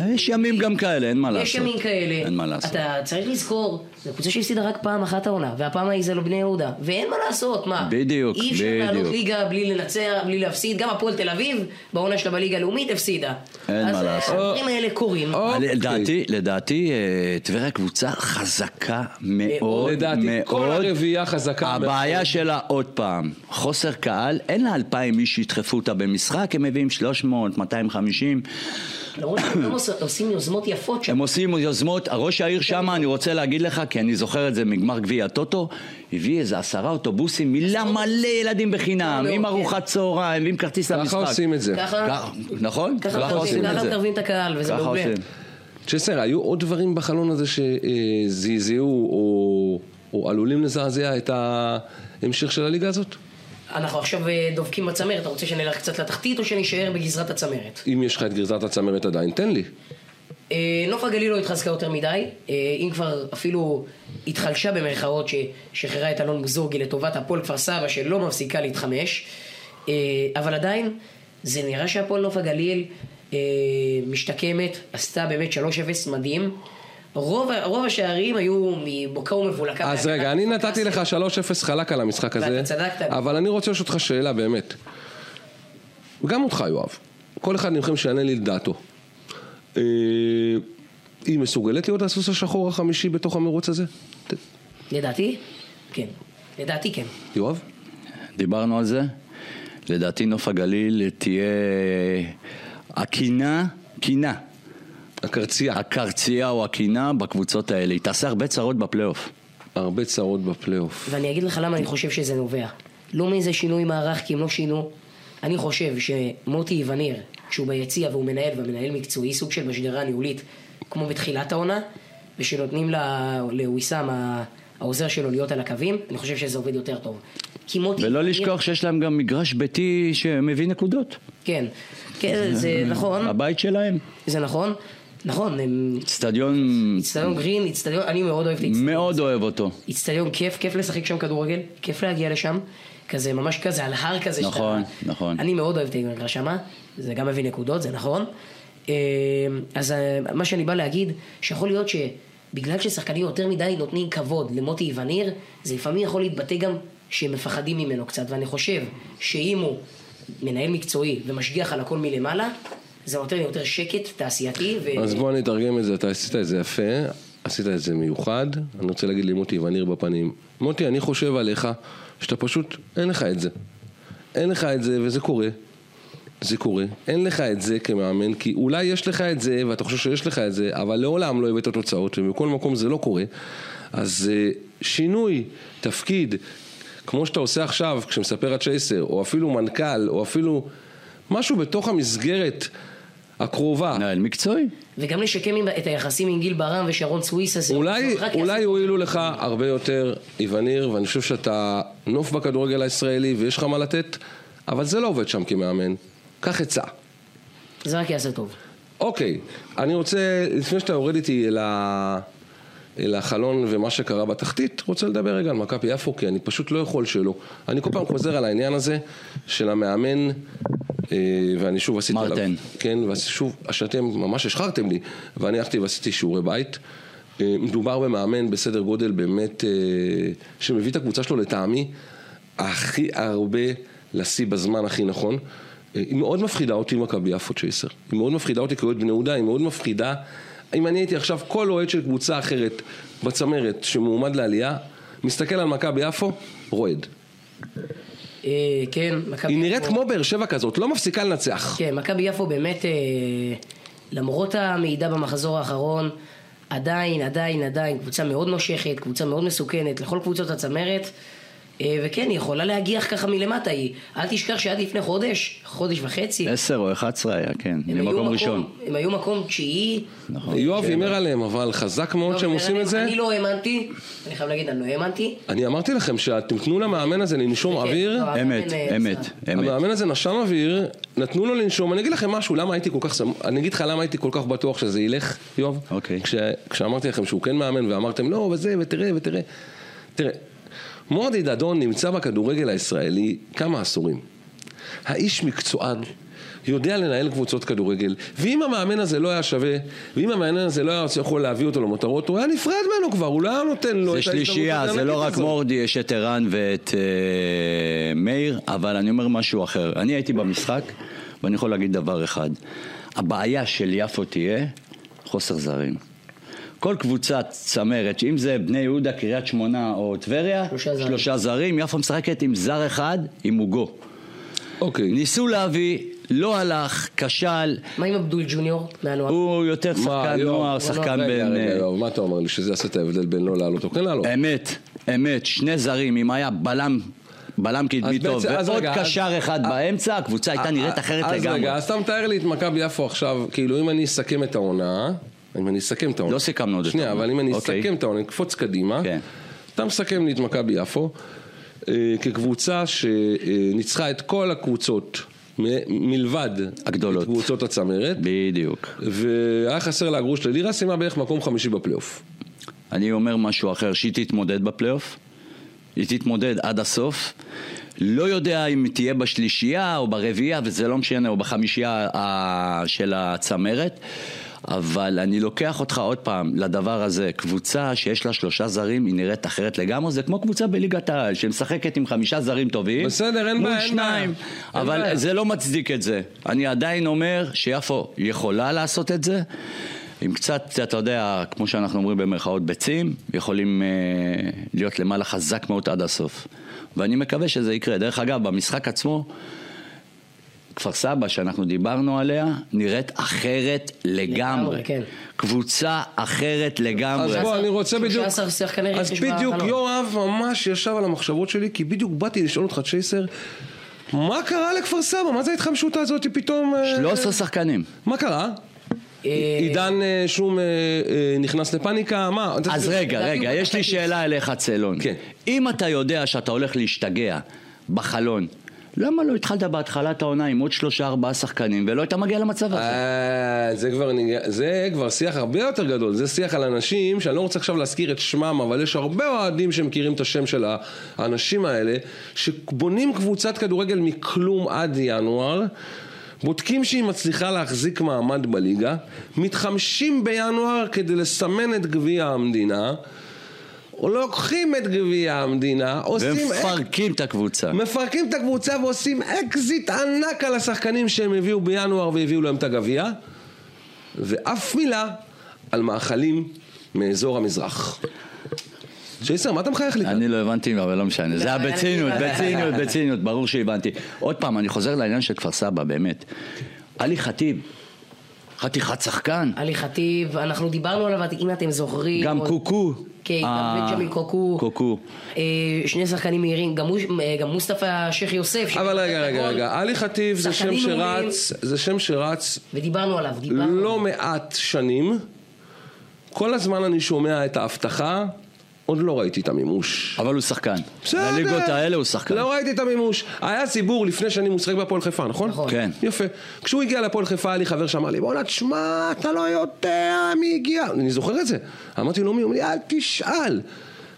C: יש ימים גם כאלה, אין מה לעשות.
D: יש ימים כאלה.
C: אין מה לעשות.
D: אתה צריך לזכור, זו קבוצה שהפסידה רק פעם אחת העונה, והפעם ההיא זה לא בני יהודה. ואין מה לעשות, מה?
C: בדיוק,
D: אי אפשר לעלות
C: בדיוק.
D: ליגה בלי לנצח, בלי להפסיד. גם הפועל תל אביב, בעונה שלה בליגה הלאומית, הפסידה.
C: אין מה לעשות.
D: אז הדברים האלה קורים.
B: אוקיי.
C: לדעתי, לדעתי, אה, טבריה קבוצה חזקה מאוד,
B: לדעתי,
C: מאוד.
B: כל הרביעייה חזקה מאוד.
C: הבעיה שלה, עוד פעם, חוסר קהל, אין לה 2,000 איש שידחפו אותה במשחק, הם מביאים 300, 250.
D: למרות שהם גם עוש- עושים יוזמות יפות שם.
C: הם עושים יוזמות, ראש העיר שם, אני רוצה להגיד לך, כי אני זוכר את זה מגמר גביע הטוטו, הביא איזה עשרה אוטובוסים, מילה מלא ילדים בחינם,
D: לא,
C: עם
D: כן.
C: ארוחת צהריים, ועם כרטיס למשחק.
B: ככה עושים את זה.
D: ככה...
C: ככה- נכון?
D: ככה מקרבים- ככה מקרבים את הקהל, וזה
C: ככה
D: מעולה.
C: עושים.
B: צ'סר, היו עוד דברים בחלון הזה שזעזעו או, או עלולים לזעזע את ההמשך של הליגה הזאת?
D: אנחנו עכשיו אה, דופקים בצמרת, אתה רוצה שנלך קצת לתחתית או שנישאר בגזרת הצמרת?
B: אם יש לך את גרזת הצמרת עדיין, תן לי.
D: אה, נוף הגליל לא התחזקה יותר מדי, אה, אם כבר אפילו התחלשה במרכאות ששחררה את אלון בוזוגי לטובת הפועל כפר סבא שלא מפסיקה להתחמש, אה, אבל עדיין זה נראה שהפועל נוף הגליל אה, משתקמת, עשתה באמת 3-0 מדהים. רוב, ה- רוב השערים היו מבוקה ומבולקה.
B: אז רגע, אני נתתי לך 3-0 חלק על המשחק הזה,
D: ואתה צדקת.
B: אבל אני רוצה לשאול אותך שאלה באמת. וגם אותך, יואב. כל אחד מכם שיענה לי לדעתו. אה, היא מסוגלת להיות הסוס השחור החמישי בתוך המרוץ הזה? ת-
D: לדעתי? כן. לדעתי כן.
B: יואב?
C: דיברנו על זה. לדעתי נוף הגליל תהיה הקינה, קינה,
B: הקרצייה.
C: הקרצייה או הקינה בקבוצות האלה. היא תעשה הרבה צרות בפלייאוף.
B: הרבה צרות בפלייאוף.
D: ואני אגיד לך למה אני חושב שזה נובע. לא מאיזה שינוי מערך, כי הם לא שינו. אני חושב שמוטי איווניר, שהוא ביציע והוא מנהל, והמנהל מקצועי, סוג של משדרה ניהולית, כמו בתחילת העונה, ושנותנים לה- לוויסאם, ה- העוזר שלו, להיות על הקווים, אני חושב שזה עובד יותר טוב. כי מוטי...
C: ולא
D: איווניר-
C: לשכוח שיש להם גם מגרש ביתי שמביא נקודות.
D: כן. כן, זה נכון.
C: הבית שלהם.
D: זה נכון. נכון, הם...
C: אצטדיון
D: איצטדיון גרין, איצטדיון... אני מאוד אוהב את האיצטדיון.
C: מאוד אוהב אותו.
D: איצטדיון כיף, כיף לשחק שם כדורגל, כיף להגיע לשם, כזה ממש כזה על הר כזה.
C: נכון,
D: שאתה-
C: נכון.
D: אני מאוד אוהב את המגרש שמה, זה גם מביא נקודות, זה נכון. אה, אז אה, מה שאני בא להגיד, שיכול להיות שבגלל ששחקנים יותר מדי נותנים כבוד למוטי איווניר, זה לפעמים יכול להתבטא גם שהם מפחדים ממנו קצת, ואני חושב שאם הוא מנהל מקצועי ומשגיח על הכל מלמעלה, זה נותן יותר שקט תעשייתי, ו...
B: אז בוא אני אתרגם את זה, אתה עשית את זה יפה, עשית את זה מיוחד, אני רוצה להגיד למוטי וניר בפנים, מוטי, אני חושב עליך, שאתה פשוט, אין לך את זה. אין לך את זה, וזה קורה. זה קורה. אין לך את זה כמאמן, כי אולי יש לך את זה, ואתה חושב שיש לך את זה, אבל לעולם לא הבאת תוצאות, ובכל מקום זה לא קורה. אז אה, שינוי, תפקיד, כמו שאתה עושה עכשיו, כשמספר הצ'ייסר, או אפילו מנכ"ל, או אפילו משהו בתוך המסגרת הקרובה,
C: מנהל מקצועי.
D: וגם לשקם עם- את היחסים עם גיל ברם ושרון סוויסה. זה-
B: אולי,
D: זה רק
B: אולי
D: יעשה-
B: יועילו לך הרבה יותר איווניר, ואני חושב שאתה נוף בכדורגל הישראלי ויש לך מה לתת, אבל זה לא עובד שם כמאמן. קח עצה.
D: זה רק יעשה טוב.
B: אוקיי, אני רוצה, לפני שאתה יורד איתי אל, ה... אל החלון ומה שקרה בתחתית, רוצה לדבר רגע על מכבי יפו, כי אני פשוט לא יכול שלא. אני כל פעם חוזר על העניין הזה של המאמן, אה, ואני שוב עשיתי
C: מרטן.
B: עליו... כן, ושוב, שאתם ממש השחרתם לי, ואני הלכתי ועשיתי שיעורי בית. אה, מדובר במאמן בסדר גודל באמת, אה, שמביא את הקבוצה שלו לטעמי הכי הרבה לשיא בזמן הכי נכון. אה, היא מאוד מפחידה אותי מכבי יפו צ'ייסר. היא מאוד מפחידה אותי כאוהד בני יהודה, היא מאוד מפחידה. אם אני הייתי עכשיו כל אוהד של קבוצה אחרת בצמרת שמועמד לעלייה, מסתכל על מכבי יפו, רועד.
D: אה, כן, מכבי
B: היא נראית כמו באר שבע כזאת, לא מפסיקה לנצח.
D: כן, מכבי יפו באמת, אה, למרות המעידה במחזור האחרון, עדיין, עדיין, עדיין, קבוצה מאוד נושכת, קבוצה מאוד מסוכנת לכל קבוצות הצמרת. אה, וכן, היא יכולה להגיח ככה מלמטה, היא... אל תשכח שעד לפני חודש, חודש וחצי,
C: עשר או אחת עשרה היה, כן,
D: הם היו
C: למקום ראשון.
D: הם היו מקום תשיעי.
C: נכון.
B: יואב הימר עליהם, אבל חזק מאוד
D: לא,
B: שהם עושים את זה.
D: אני לא האמנתי, אני חייב להגיד, אני לא האמנתי.
B: אני אמרתי לכם שאתם תנו למאמן הזה לנשום
D: כן,
B: אוויר.
D: לא,
C: אמת,
D: אה,
C: אמת, אמת.
B: המאמן הזה נשם אוויר, נתנו לו לנשום, אני אגיד לכם משהו, למה הייתי כל כך, שמ- אני אגיד לך למה הייתי כל כך בטוח שזה ילך, יואב.
C: אוקיי.
B: כש, כשאמרתי לכם שהוא כן מאמן, ואמרתם לא, וזה, ותראה, ותראה. תראה, מורדי דדון נמצא בכדורגל הישראלי כמה עשורים. האיש מקצוען. יודע לנהל קבוצות כדורגל, ואם המאמן הזה לא היה שווה, ואם המאמן הזה לא היה יכול להביא אותו למותרות, הוא היה נפרד ממנו כבר, הוא לא היה נותן לו
C: זה
B: את ההזדמנות
C: שלישייה, זה לא
B: הענקית
C: רק
B: הזאת.
C: מורדי, יש את ערן ואת אה, מאיר, אבל אני אומר משהו אחר. אני הייתי במשחק, ואני יכול להגיד דבר אחד. הבעיה של יפו תהיה חוסר זרים. כל קבוצת צמרת, אם זה בני יהודה, קריית שמונה או טבריה,
D: שלושה זרים.
C: שלושה זרים, יפו משחקת עם זר אחד, עם עוגו.
B: אוקיי.
C: ניסו להביא, לא הלך, כשל,
D: מה עם אבדול ג'וניור? מהנוער?
C: הוא יותר שחקן
B: יואב,
C: נוער,
B: הוא
C: שחקן
B: לא, רגע,
C: בין...
B: רגע, יואב, מה אתה אומר לי? שזה יעשה את ההבדל בין לא לעלות או כן לעלות?
C: אה, אמת, אמת, שני זרים, אם היה בלם, בלם קדמי
B: אז
C: טוב,
B: בעצם- אז
C: ועוד
B: רגע, אז-
C: קשר אחד באמצע, הקבוצה הייתה נראית אחרת
B: אה, אז
C: לגמרי.
B: רגע, אז אתה מתאר לי את מכבי יפו עכשיו, כאילו אם אני אסכם את העונה, אם אני אסכם את העונה.
C: לא סיכמנו עוד את
B: שנייה,
C: העונה.
B: אבל אם אני
C: אוקיי.
B: אסכם את העונה, נקפוץ קדימה.
C: כן.
B: אתה מסכם לי את מכבי יפו, אה, כקבוצה שניצחה את כל הקבוצות מ- מלבד
C: הגדולות.
B: את קבוצות הצמרת,
C: בדיוק.
B: והיה חסר לה גרוש ללירה, סיימה בערך מקום חמישי בפלייאוף.
C: אני אומר משהו אחר, שהיא תתמודד בפלייאוף, היא תתמודד עד הסוף. לא יודע אם היא תהיה בשלישייה או ברביעייה, וזה לא משנה, או בחמישייה אה, של הצמרת, אבל אני לוקח אותך עוד פעם לדבר הזה, קבוצה שיש לה שלושה זרים, היא נראית אחרת לגמרי, זה כמו קבוצה בליגת העל, שמשחקת עם חמישה זרים טובים.
B: בסדר, אין
C: מול
B: בעיה, אין
C: שניים,
B: בעיה. אין
C: אבל
B: בעיה.
C: זה לא מצדיק את זה. אני עדיין אומר שיפו יכולה לעשות את זה. עם קצת, אתה יודע, כמו שאנחנו אומרים במרכאות ביצים, יכולים אה, להיות למעלה חזק מאוד עד הסוף. ואני מקווה שזה יקרה. דרך אגב, במשחק עצמו, כפר סבא, שאנחנו דיברנו עליה, נראית אחרת לגמרי.
D: לגמרי, כן.
C: קבוצה אחרת לגמרי.
B: אז בוא, אני רוצה בדיוק...
D: 19 שחקני
B: אז
D: רכש
B: בדיוק
D: בחלון.
B: יואב ממש ישב על המחשבות שלי, כי בדיוק באתי לשאול אותך, צ'ייסר, מה קרה לכפר סבא? מה זה ההתחמשותה הזאת פתאום? אה,
C: 13 שחקנים.
B: מה קרה?
D: אה,
B: עידן אה, שום אה, אה, נכנס לפאניקה, מה?
C: אז רגע,
D: לדעתי
C: רגע,
D: הוא
C: יש לי
D: בטקס.
C: שאלה אליך, צלון.
B: כן.
C: אם אתה יודע שאתה הולך להשתגע בחלון, למה לא התחלת בהתחלת העונה עם עוד שלושה ארבעה שחקנים ולא היית מגיע למצב הזה?
B: אה, זה כבר, ניג- זה כבר שיח הרבה יותר גדול, זה שיח על אנשים שאני לא רוצה עכשיו להזכיר את שמם, אבל יש הרבה אוהדים שמכירים את השם של האנשים האלה, שבונים קבוצת כדורגל מכלום עד ינואר, בודקים שהיא מצליחה להחזיק מעמד בליגה, מתחמשים בינואר כדי לסמן את גביע המדינה, לוקחים את גביע המדינה,
C: והם
B: עושים... אה.
C: מפרקים את הקבוצה.
B: מפרקים את הקבוצה ועושים אקזיט ענק על השחקנים שהם הביאו בינואר והביאו להם את הגביע, ואף מילה על מאכלים מאזור המזרח. שייסר, מה אתה מחייך לי כאן?
C: אני לא הבנתי, אבל לא משנה. זה היה
D: היה
C: בציניות,
D: לי-
C: בציניות, בציניות, ברור שהבנתי. עוד פעם, אני חוזר לעניין של כפר סבא, באמת. עלי חטיב, חתיכת שחקן,
D: עלי חטיב, אנחנו דיברנו עליו, אם אתם זוכרים.
C: גם
D: עוד-
C: קוקו.
D: כן, גם
C: אה,
D: בג'מי קוקו.
C: קוקו.
D: אה, שני שחקנים מהירים, גם הוא- אה, גם מוסטפא שייח יוסף. שקיבל
B: אבל
D: את
B: רגע, רגע,
D: הגול,
B: רגע, עלי חטיב זה שם
D: נכון. שחקנים מעולים.
B: שרץ, זה שם שרץ
D: ודיברנו עליו, דיברנו.
B: לא מעט שנים. כל הזמן אני שומע את ההבטחה, עוד לא ראיתי את המימוש.
C: אבל הוא שחקן.
B: בסדר.
C: בליגות האלה הוא שחקן.
B: לא ראיתי את המימוש. היה ציבור לפני שנים הוא שחק בהפועל חיפה, נכון?
D: נכון.
C: כן.
B: יפה. כשהוא הגיע להפועל חיפה, היה לי חבר שאמר לי, בואנה, תשמע, אתה לא יודע מי הגיע. אני זוכר את זה. אמרתי לו, מי? הוא אמר לי, אל תשאל.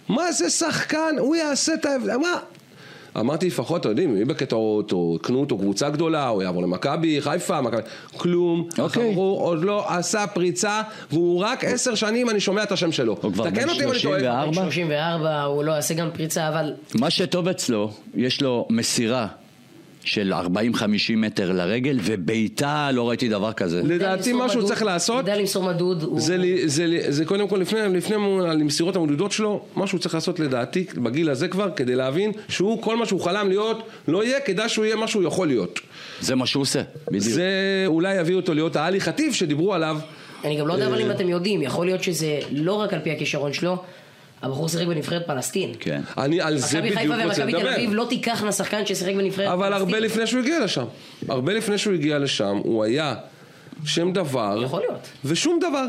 B: מה זה שחקן? הוא יעשה את ההבדל. מה? אמרתי, לפחות, אתם יודעים, מי בקטעות, או קנו אותו קבוצה גדולה, או יעבור למכבי, חיפה, מכבי... כלום.
C: אוקיי.
B: הוא עוד לא עשה פריצה, והוא רק עשר שנים, אני שומע את השם שלו.
C: הוא כבר
B: תקן
C: בן
B: אותי אם אני טועה.
C: 34. ארבע?
D: 34, הוא לא יעשה גם פריצה, אבל
C: מה שטוב אצלו, יש לו מסירה של 40-50 מטר לרגל, ובעיטה, לא ראיתי דבר כזה.
B: לדעתי,
D: למסור
B: מה שהוא
D: מדוד-
B: צריך לעשות...
D: ידע למסור מדוד, הוא-
B: זה, לי- זה, לי- זה קודם כל לפני, לפני מול- על המסירות המודדות שלו, מה שהוא צריך לעשות לדעתי בגיל הזה כבר, כדי להבין שהוא כל מה שהוא חלם להיות, לא יהיה, כדאי שהוא יהיה מה שהוא יכול להיות.
C: זה מה שהוא עושה, בדיוק.
B: זה אולי יביא אותו להיות העלי חטיב שדיברו עליו. אה.
D: אני גם לא יודע אבל אם אתם יודעים, יכול להיות שזה לא רק על פי הכישרון שלו, הבחור שיחק בנבחרת פלסטין.
C: כן.
B: אני על זה
D: מכבי
B: בדיוק
D: חיפה
B: רוצה
D: ומכבי תל
B: לדבר.
D: אביב לא תיקחנה שחקן ששיחק בנבחרת
B: אבל
D: פלסטין.
B: הרבה לפני שהוא הגיע לשם. הרבה לפני שהוא הגיע לשם, הוא היה שם דבר.
D: יכול להיות.
B: ושום דבר.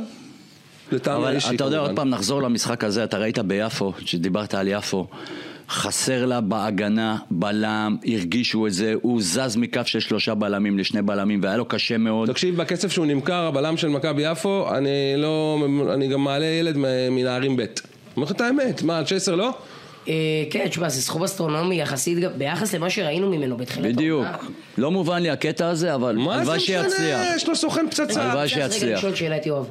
B: לטעם
C: אבל
B: האישי
C: אתה יודע,
B: כמובן.
C: עוד פעם, נחזור למשחק הזה, אתה ראית ביפו, שדיברת על יפו. חסר לה בהגנה, בלם, הרגישו את זה, הוא זז מקו של שלושה בלמים לשני בלמים, והיה לו קשה מאוד.
B: תקשיב, בכסף שהוא נמכר, הבלם של מכבי יפו, אני לא... אני גם מעלה ילד מ- מנערים ב'. אומר לך את האמת, מה, צ'ייסר לא?
D: אה, כן, תשמע, זה סכום אסטרונומי יחסית גם- ביחס למה שראינו ממנו בתחילת
C: בדיוק.
D: העונה. אה,
C: לא מובן לי הקטע הזה, אבל
B: מה זה
C: הלוואי שיצליח.
B: משנה? יש לו סוכן פצצה.
C: הלוואי
D: אני רוצה רגע
C: שיצליח.
D: לשאול שאלה את יואב.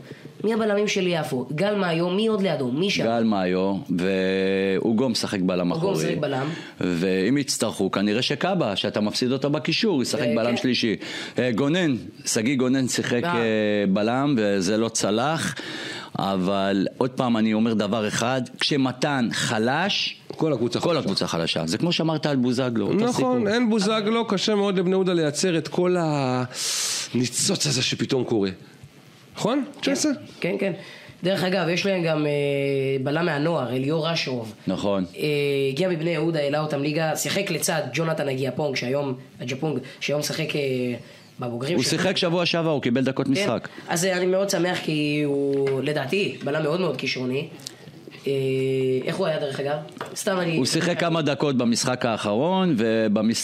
D: מי הבלמים של יפו? גל מאיו, מי עוד לידו? מי שם?
C: גל מאיו, ואוגו משחק בלם
D: אוגו
C: אחורי.
D: משחק בלם.
C: ואם יצטרכו, כנראה שקאבה, שאתה מפסיד אותו בקישור, ישחק
D: אה,
C: בלם
D: כן.
C: שלישי. אה, גונן, שגיא גונן שיחק
D: אה.
C: אה, בלם, וזה לא צלח. אבל עוד פעם אני אומר דבר אחד, כשמתן חלש,
B: כל הקבוצה
C: כל
B: חלשה.
C: הקבוצה חלשה. זה כמו שאמרת על בוזגלו, אותו סיפור.
B: נכון, אין בוזגלו, קשה מאוד לבני יהודה לייצר את כל הניצוץ הזה שפתאום קורה. נכון, צ'ייסר?
D: כן, כן. דרך אגב, יש להם גם אה, בלם מהנוער, אליאור אשרוב.
C: נכון.
D: אה, הגיע מבני יהודה, העלה אותם ליגה, שיחק לצד ג'ונתן הגיאפונג, שהיום, הג'פונג, שהיום שיחק אה, בבוגרים.
C: הוא
D: שלו.
C: שיחק שבוע שעבר, הוא קיבל דקות
D: כן.
C: משחק.
D: אז אה, אני מאוד שמח כי הוא, לדעתי, בלם מאוד מאוד כישרוני. אה, איך הוא היה דרך אגב? סתם אני...
C: הוא שיחק כמה דקות במשחק האחרון,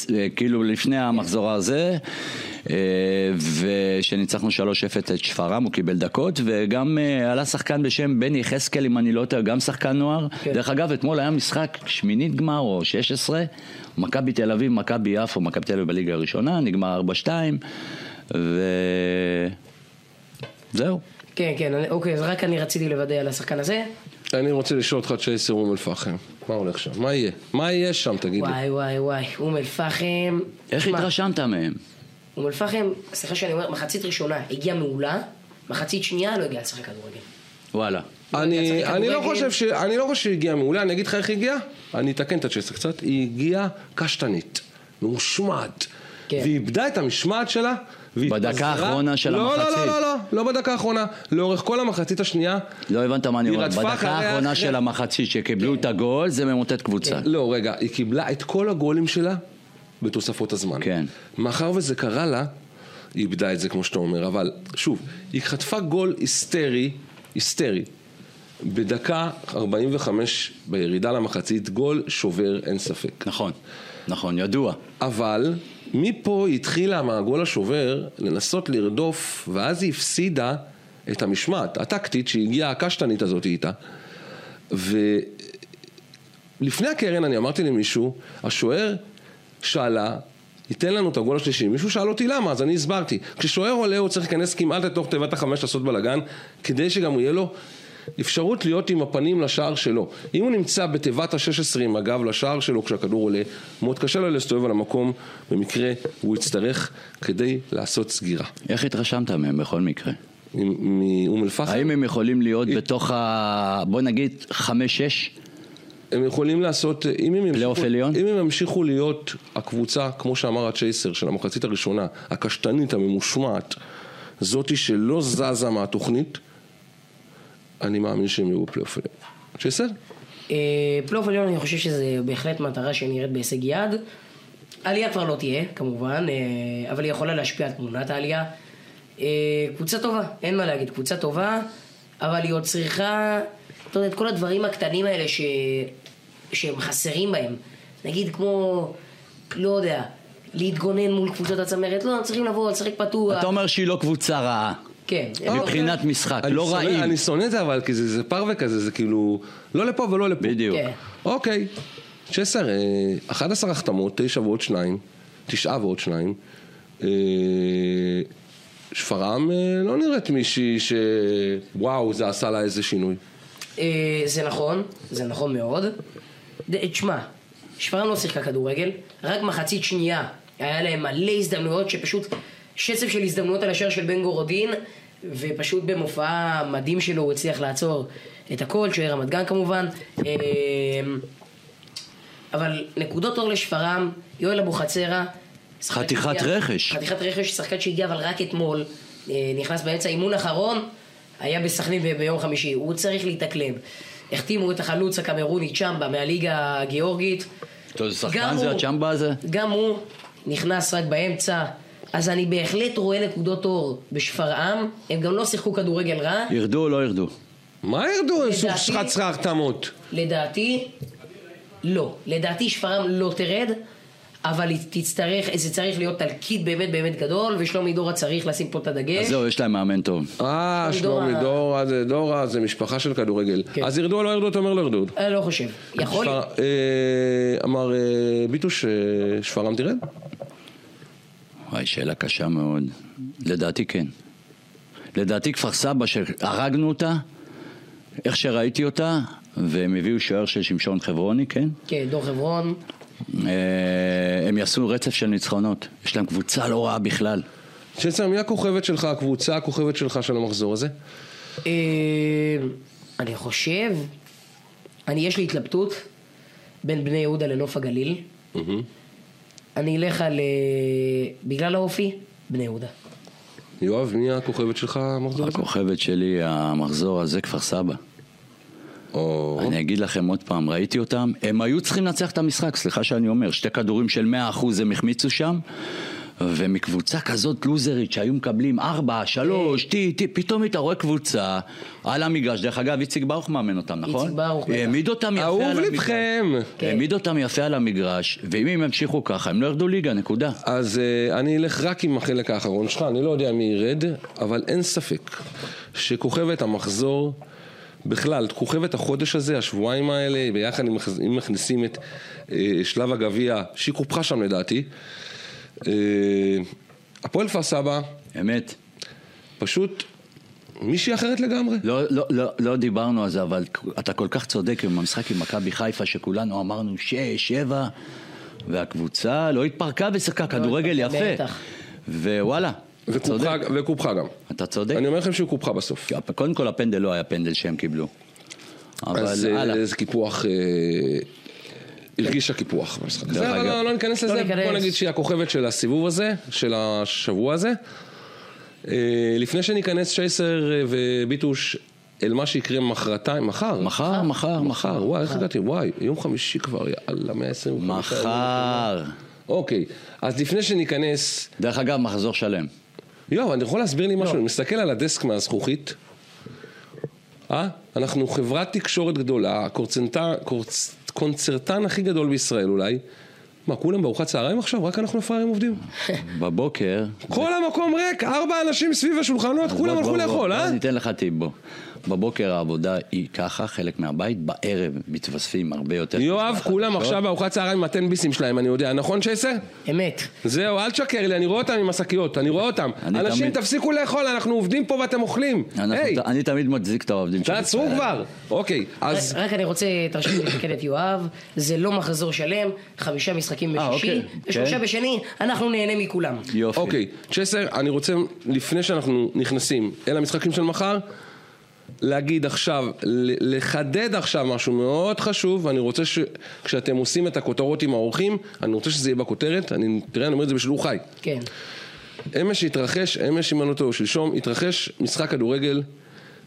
C: וכאילו לפני המחזור הזה, אה, ושניצחנו 3-0 את שפרעם, הוא קיבל דקות, וגם אה, עלה שחקן בשם בני יחזקאל, אם אני לא טועה, גם שחקן נוער.
D: כן.
C: דרך אגב, אתמול היה משחק שמינית גמר או 16, מכבי תל אביב, מכבי יפו, מכבי תל אביב בליגה הראשונה, נגמר 4-2, וזהו.
D: כן, כן, אני- אוקיי, אז רק אני רציתי לוודא על השחקן הזה.
B: אני רוצה לשאול אותך, צ'ייסר אום אל-פחם. מה הולך שם? מה יהיה? מה יהיה שם, תגיד לי?
D: וואי, וואי, וואי, אום אל-פחם.
C: איך
D: תשמע,
C: התרשמת מהם?
D: אום אל-פחם, סליחה שאני אומר, מחצית ראשונה הגיעה מעולה, מחצית שנייה לא הגיעה לשחק כדורגל.
C: וואלה.
B: אני,
D: יצא לי
B: אני, לא
D: כדורגל.
B: חושב ש, אני לא חושב שהיא הגיעה מעולה, אני אגיד לך איך היא הגיעה? אני אתקן את הצ'סר קצת. היא הגיעה קשתנית, ממושמעת.
D: כן.
B: והיא איבדה את המשמעת שלה. והיא
C: בדקה
B: התפזרה-
C: האחרונה של
B: לא, לא,
C: המחצית.
B: לא, לא, לא, לא בדקה האחרונה. לאורך כל המחצית השנייה.
C: לא הבנת מה אני
B: היא
C: אומר,
B: רדפה
C: בדקה
B: אחריה
C: האחרונה
B: אחרי-
C: של המחצית שקיבלו את הגול זה ממוטט קבוצה.
B: לא, רגע, היא קיבלה את כל הגולים שלה בתוספות הזמן.
C: כן.
B: מאחר וזה קרה לה, היא איבדה את זה כמו שאתה אומר, אבל שוב, היא חטפה גול היסטרי, היסטרי, בדקה 45 בירידה למחצית, גול שובר, אין ספק.
C: נכון, נכון, ידוע.
B: אבל מפה היא התחילה מהגול השובר לנסות לרדוף, ואז היא הפסידה את המשמעת הטקטית שהגיעה הקשטנית הזאת איתה. ולפני הקרן אני אמרתי למישהו, השוער שאלה, ייתן לנו את הגול השלישי. מישהו שאל אותי למה, אז אני הסברתי. כששוער עולה הוא צריך להיכנס כמעט לתוך תיבת החמש לעשות בלאגן, כדי שגם יהיה לו אפשרות להיות עם הפנים לשער שלו. אם הוא נמצא בתיבת ה-16 עם הגב לשער שלו כשהכדור עולה, מאוד קשה לו להסתובב על המקום, במקרה הוא יצטרך כדי לעשות סגירה.
C: איך התרשמת מהם בכל מקרה?
B: עם- מאום אל-פחם.
C: האם הם יכולים להיות
B: אה.
C: בתוך ה... בוא נגיד חמש-שש?
B: הם יכולים לעשות, אם הם,
C: פלייאוף
B: ימשיכו,
C: עליון?
B: אם הם ימשיכו להיות הקבוצה, כמו שאמר הצ'ייסר, של המחצית הראשונה, הקשתנית, הממושמעת, זאתי שלא זזה מהתוכנית, אני מאמין שהם יהיו בפלייאוף עליון. צ'ייסר?
D: אה, פלייאוף עליון אני חושב שזה בהחלט מטרה שנראית בהישג יד. עלייה כבר לא תהיה, כמובן, אה, אבל היא יכולה להשפיע על תמונת העלייה. אה, קבוצה טובה, אין מה להגיד, קבוצה טובה, אבל היא עוד צריכה, אתה יודע, את כל הדברים הקטנים האלה ש... שהם חסרים בהם. נגיד כמו, לא יודע, להתגונן מול קבוצות הצמרת, לא, הם צריכים לבוא, לשחק פתוח.
C: אתה אומר שהיא לא קבוצה רעה.
D: כן.
C: מבחינת משחק,
B: אה, אוקיי. אני
C: לא
B: שונא-
C: רעים.
B: אני שונא את זה אבל, כי זה, זה פרווה כזה, זה כאילו, לא לפה ולא לפה.
C: בדיוק.
D: כן.
B: אוקיי. צ'סר, אה, 11 החתמות, 9 ועוד 2, 9 ועוד 2. שפרעם אה, לא נראית מישהי ש... וואו, זה עשה לה איזה שינוי.
D: אה, זה נכון, זה נכון מאוד. ד- תשמע, שפרעם לא שיחקה כדורגל, רק מחצית שנייה היה להם מלא הזדמנויות שפשוט שצף של הזדמנויות על השער של בן גורודין, ופשוט במופע מדהים שלו הוא הצליח לעצור את הכל, שוער רמת גן כמובן. אה, אבל נקודות אור לשפרעם, יואל אבוחצירא. שחקן
C: חתיכת
D: שהגיע-
C: רכש.
D: חתיכת רכש, שחקן שהגיע אבל רק אתמול, אה, נכנס באמצע אימון אחרון, היה בסכנין ב- ביום חמישי, הוא צריך להתאקלם. אה, החתימו את החלוץ הקמרוני צ'מבה מהליגה הגיאורגית.
C: טוב, זה
D: גם
C: שחקן זה
D: הוא-
C: הצ'מבה הזה?
D: גם הוא נכנס רק באמצע. אז אני בהחלט רואה נקודות אור בשפרעם, הם גם לא שיחקו כדורגל רע,
C: ירדו או לא ירדו?
B: מה ירדו? הם
D: לדעתי-
B: סוף שחץ החתמות.
D: לדעתי, לא. לדעתי שפרעם לא תרד, אבל היא תצטרך, זה צריך להיות תלקיד באמת באמת גדול, ושלומי דורה צריך לשים פה את הדגש.
C: אז זהו, יש להם מאמן טוב.
B: אה,
D: שלומי
B: שלומי
D: דורה.
B: דורה זה דורה, זה משפחה של כדורגל.
D: כן.
B: אז ירדו או לא ירדו? אתה אומר לא ירדו.
D: אני לא חושב. יכול להיות.
B: שפר- אה, אמר אה, ביטוש, אה, שפרעם תרד?
C: וואי, שאלה קשה מאוד. לדעתי כן. לדעתי כפר סבא שהרגנו אותה, איך שראיתי אותה, והם הביאו שוער של שמשון חברוני, כן?
D: כן, דור חברון.
C: אה, הם יעשו רצף של ניצחונות. יש להם קבוצה לא רעה בכלל.
B: שצר, מי הכוכבת שלך, הקבוצה הכוכבת שלך של המחזור הזה?
D: אה, אני חושב, אני, יש לי התלבטות בין בני יהודה לנוף הגליל. אני אלך על... אה, בגלל האופי, בני יהודה.
B: יואב, מי הכוכבת שלך המחזור הזה?
C: הכוכבת שלי, המחזור הזה, כפר סבא.
B: או...
D: נכון.
C: אני אגיד לכם עוד פעם, ראיתי אותם, הם היו צריכים לנצח את המשחק, סליחה שאני אומר, שתי כדורים של 100% הם החמיצו שם, ומקבוצה כזאת לוזרית שהיו מקבלים 4,
D: כן.
C: 3, טי, טי, פתאום אתה רואה קבוצה על המגרש, דרך אגב, איציק ברוך מאמן אותם, נכון?
D: איציק ברוך, בטח.
C: העמיד אותם יפה על
B: אהוב
C: המגרש.
B: לבכם!
D: כן.
C: העמיד אותם יפה על המגרש, ואם הם ימשיכו ככה, הם לא ירדו ליגה, נקודה.
B: אז אה, אני אלך רק עם החלק האחרון שלך, אני לא יודע מי ירד, אבל אין ספק שכוכבת המחזור, בכלל, כוכבת החודש הזה, השבועיים האלה, ביחד אם מכ- אם מכניסים את אה, שלב הגביע, שהיא קופחה שם לדעתי, אה, הפועל כפר סבא,
C: אמת.
B: פשוט מישהי אחרת לגמרי.
C: לא, לא, לא, לא דיברנו על זה, אבל אתה כל כך צודק עם המשחק עם מכבי חיפה, שכולנו אמרנו שש, שבע, והקבוצה לא התפרקה ושיחקה כדורגל
D: התפרקה,
C: יפה.
D: בטח.
C: ווואלה, אתה צודק.
B: וקופחה- וקופחה גם.
C: אתה צודק.
B: אני אומר לכם שהיא קופחה בסוף.
C: קודם כל הפנדל לא היה פנדל שהם קיבלו. אבל
B: אז אה,
C: הלאה.
B: זה קיפוח, אה, הרגישה קיפוח במשחק הזה,
C: דרך
B: אבל
C: אגב-
B: לא- לא ניכנס
D: לא
B: לזה,
D: ניכנס.
B: בוא נגיד שהיא הכוכבת של הסיבוב הזה, של השבוע הזה. אה, לפני שניכנס שייסר אה, וביטוש אל מה שיקרה מחרתיים, מחר.
C: מחר, מחר, מחר.
B: מחר, וואי, איך הגעתי? וואי, יום חמישי כבר, יאללה, 120.
C: מחר.
B: אוקיי, אז לפני שניכנס,
C: דרך אגב, מחזור שלם.
B: יואב, אתה יכול להסביר לי משהו? אני מסתכל על הדסק מהזכוכית. אה? אנחנו חברת תקשורת גדולה, הקורצנטה- קורצ... קונצרטן הכי גדול בישראל אולי. מה, כולם בארוחת צהריים עכשיו? רק אנחנו הפראיירים עובדים?
C: בבוקר...
B: כל המקום ריק, ארבע אנשים סביב השולחנות,
C: אז
B: כולם
C: בוא-
B: הלכו
C: בוא-
B: לאכול,
C: בוא,
B: אה?
C: אני אתן לך טיפ בו. בבוקר העבודה היא ככה, חלק מהבית, בערב מתווספים הרבה יותר.
B: יואב, כולם
C: חדשות.
B: עכשיו בארוחת צהריים עם הטנביסים שלהם, אני יודע. נכון, שייסר?
D: אמת.
B: זהו, אל תשקר לי, אני רואה אותם עם השקיות, אני רואה אותם.
C: אני
B: אנשים,
C: תמיד-
B: תפסיקו לאכול, אנחנו עובדים פה ואתם אוכלים.
C: אנחנו- אה,
B: היי,
C: אני תמיד מצדיק את העובדים שלי.
B: תעצרו כבר. אוקיי, אז...
D: רק אני רוצה, תרשי לי לתקן את יואב, זה לא מחזור שלם, חמישה משחקים
C: אה,
D: בשישי,
C: אוקיי.
D: ושלושה
C: כן.
D: בשני, אנחנו נהנה מכולם.
C: יופי.
B: אוקיי, צ'סר, אני רוצה, לפני שאנחנו נכנסים אל המשחקים של מחר, להגיד עכשיו, ל- לחדד עכשיו משהו מאוד חשוב, ואני רוצה שכשאתם עושים את הכותרות עם האורחים, אני רוצה שזה יהיה בכותרת, אני, תראה, אני אומר את זה בשידור חי.
D: כן.
B: אמש התרחש, אמש אם אני לא טועה, או שלשום, התרחש משחק כדורגל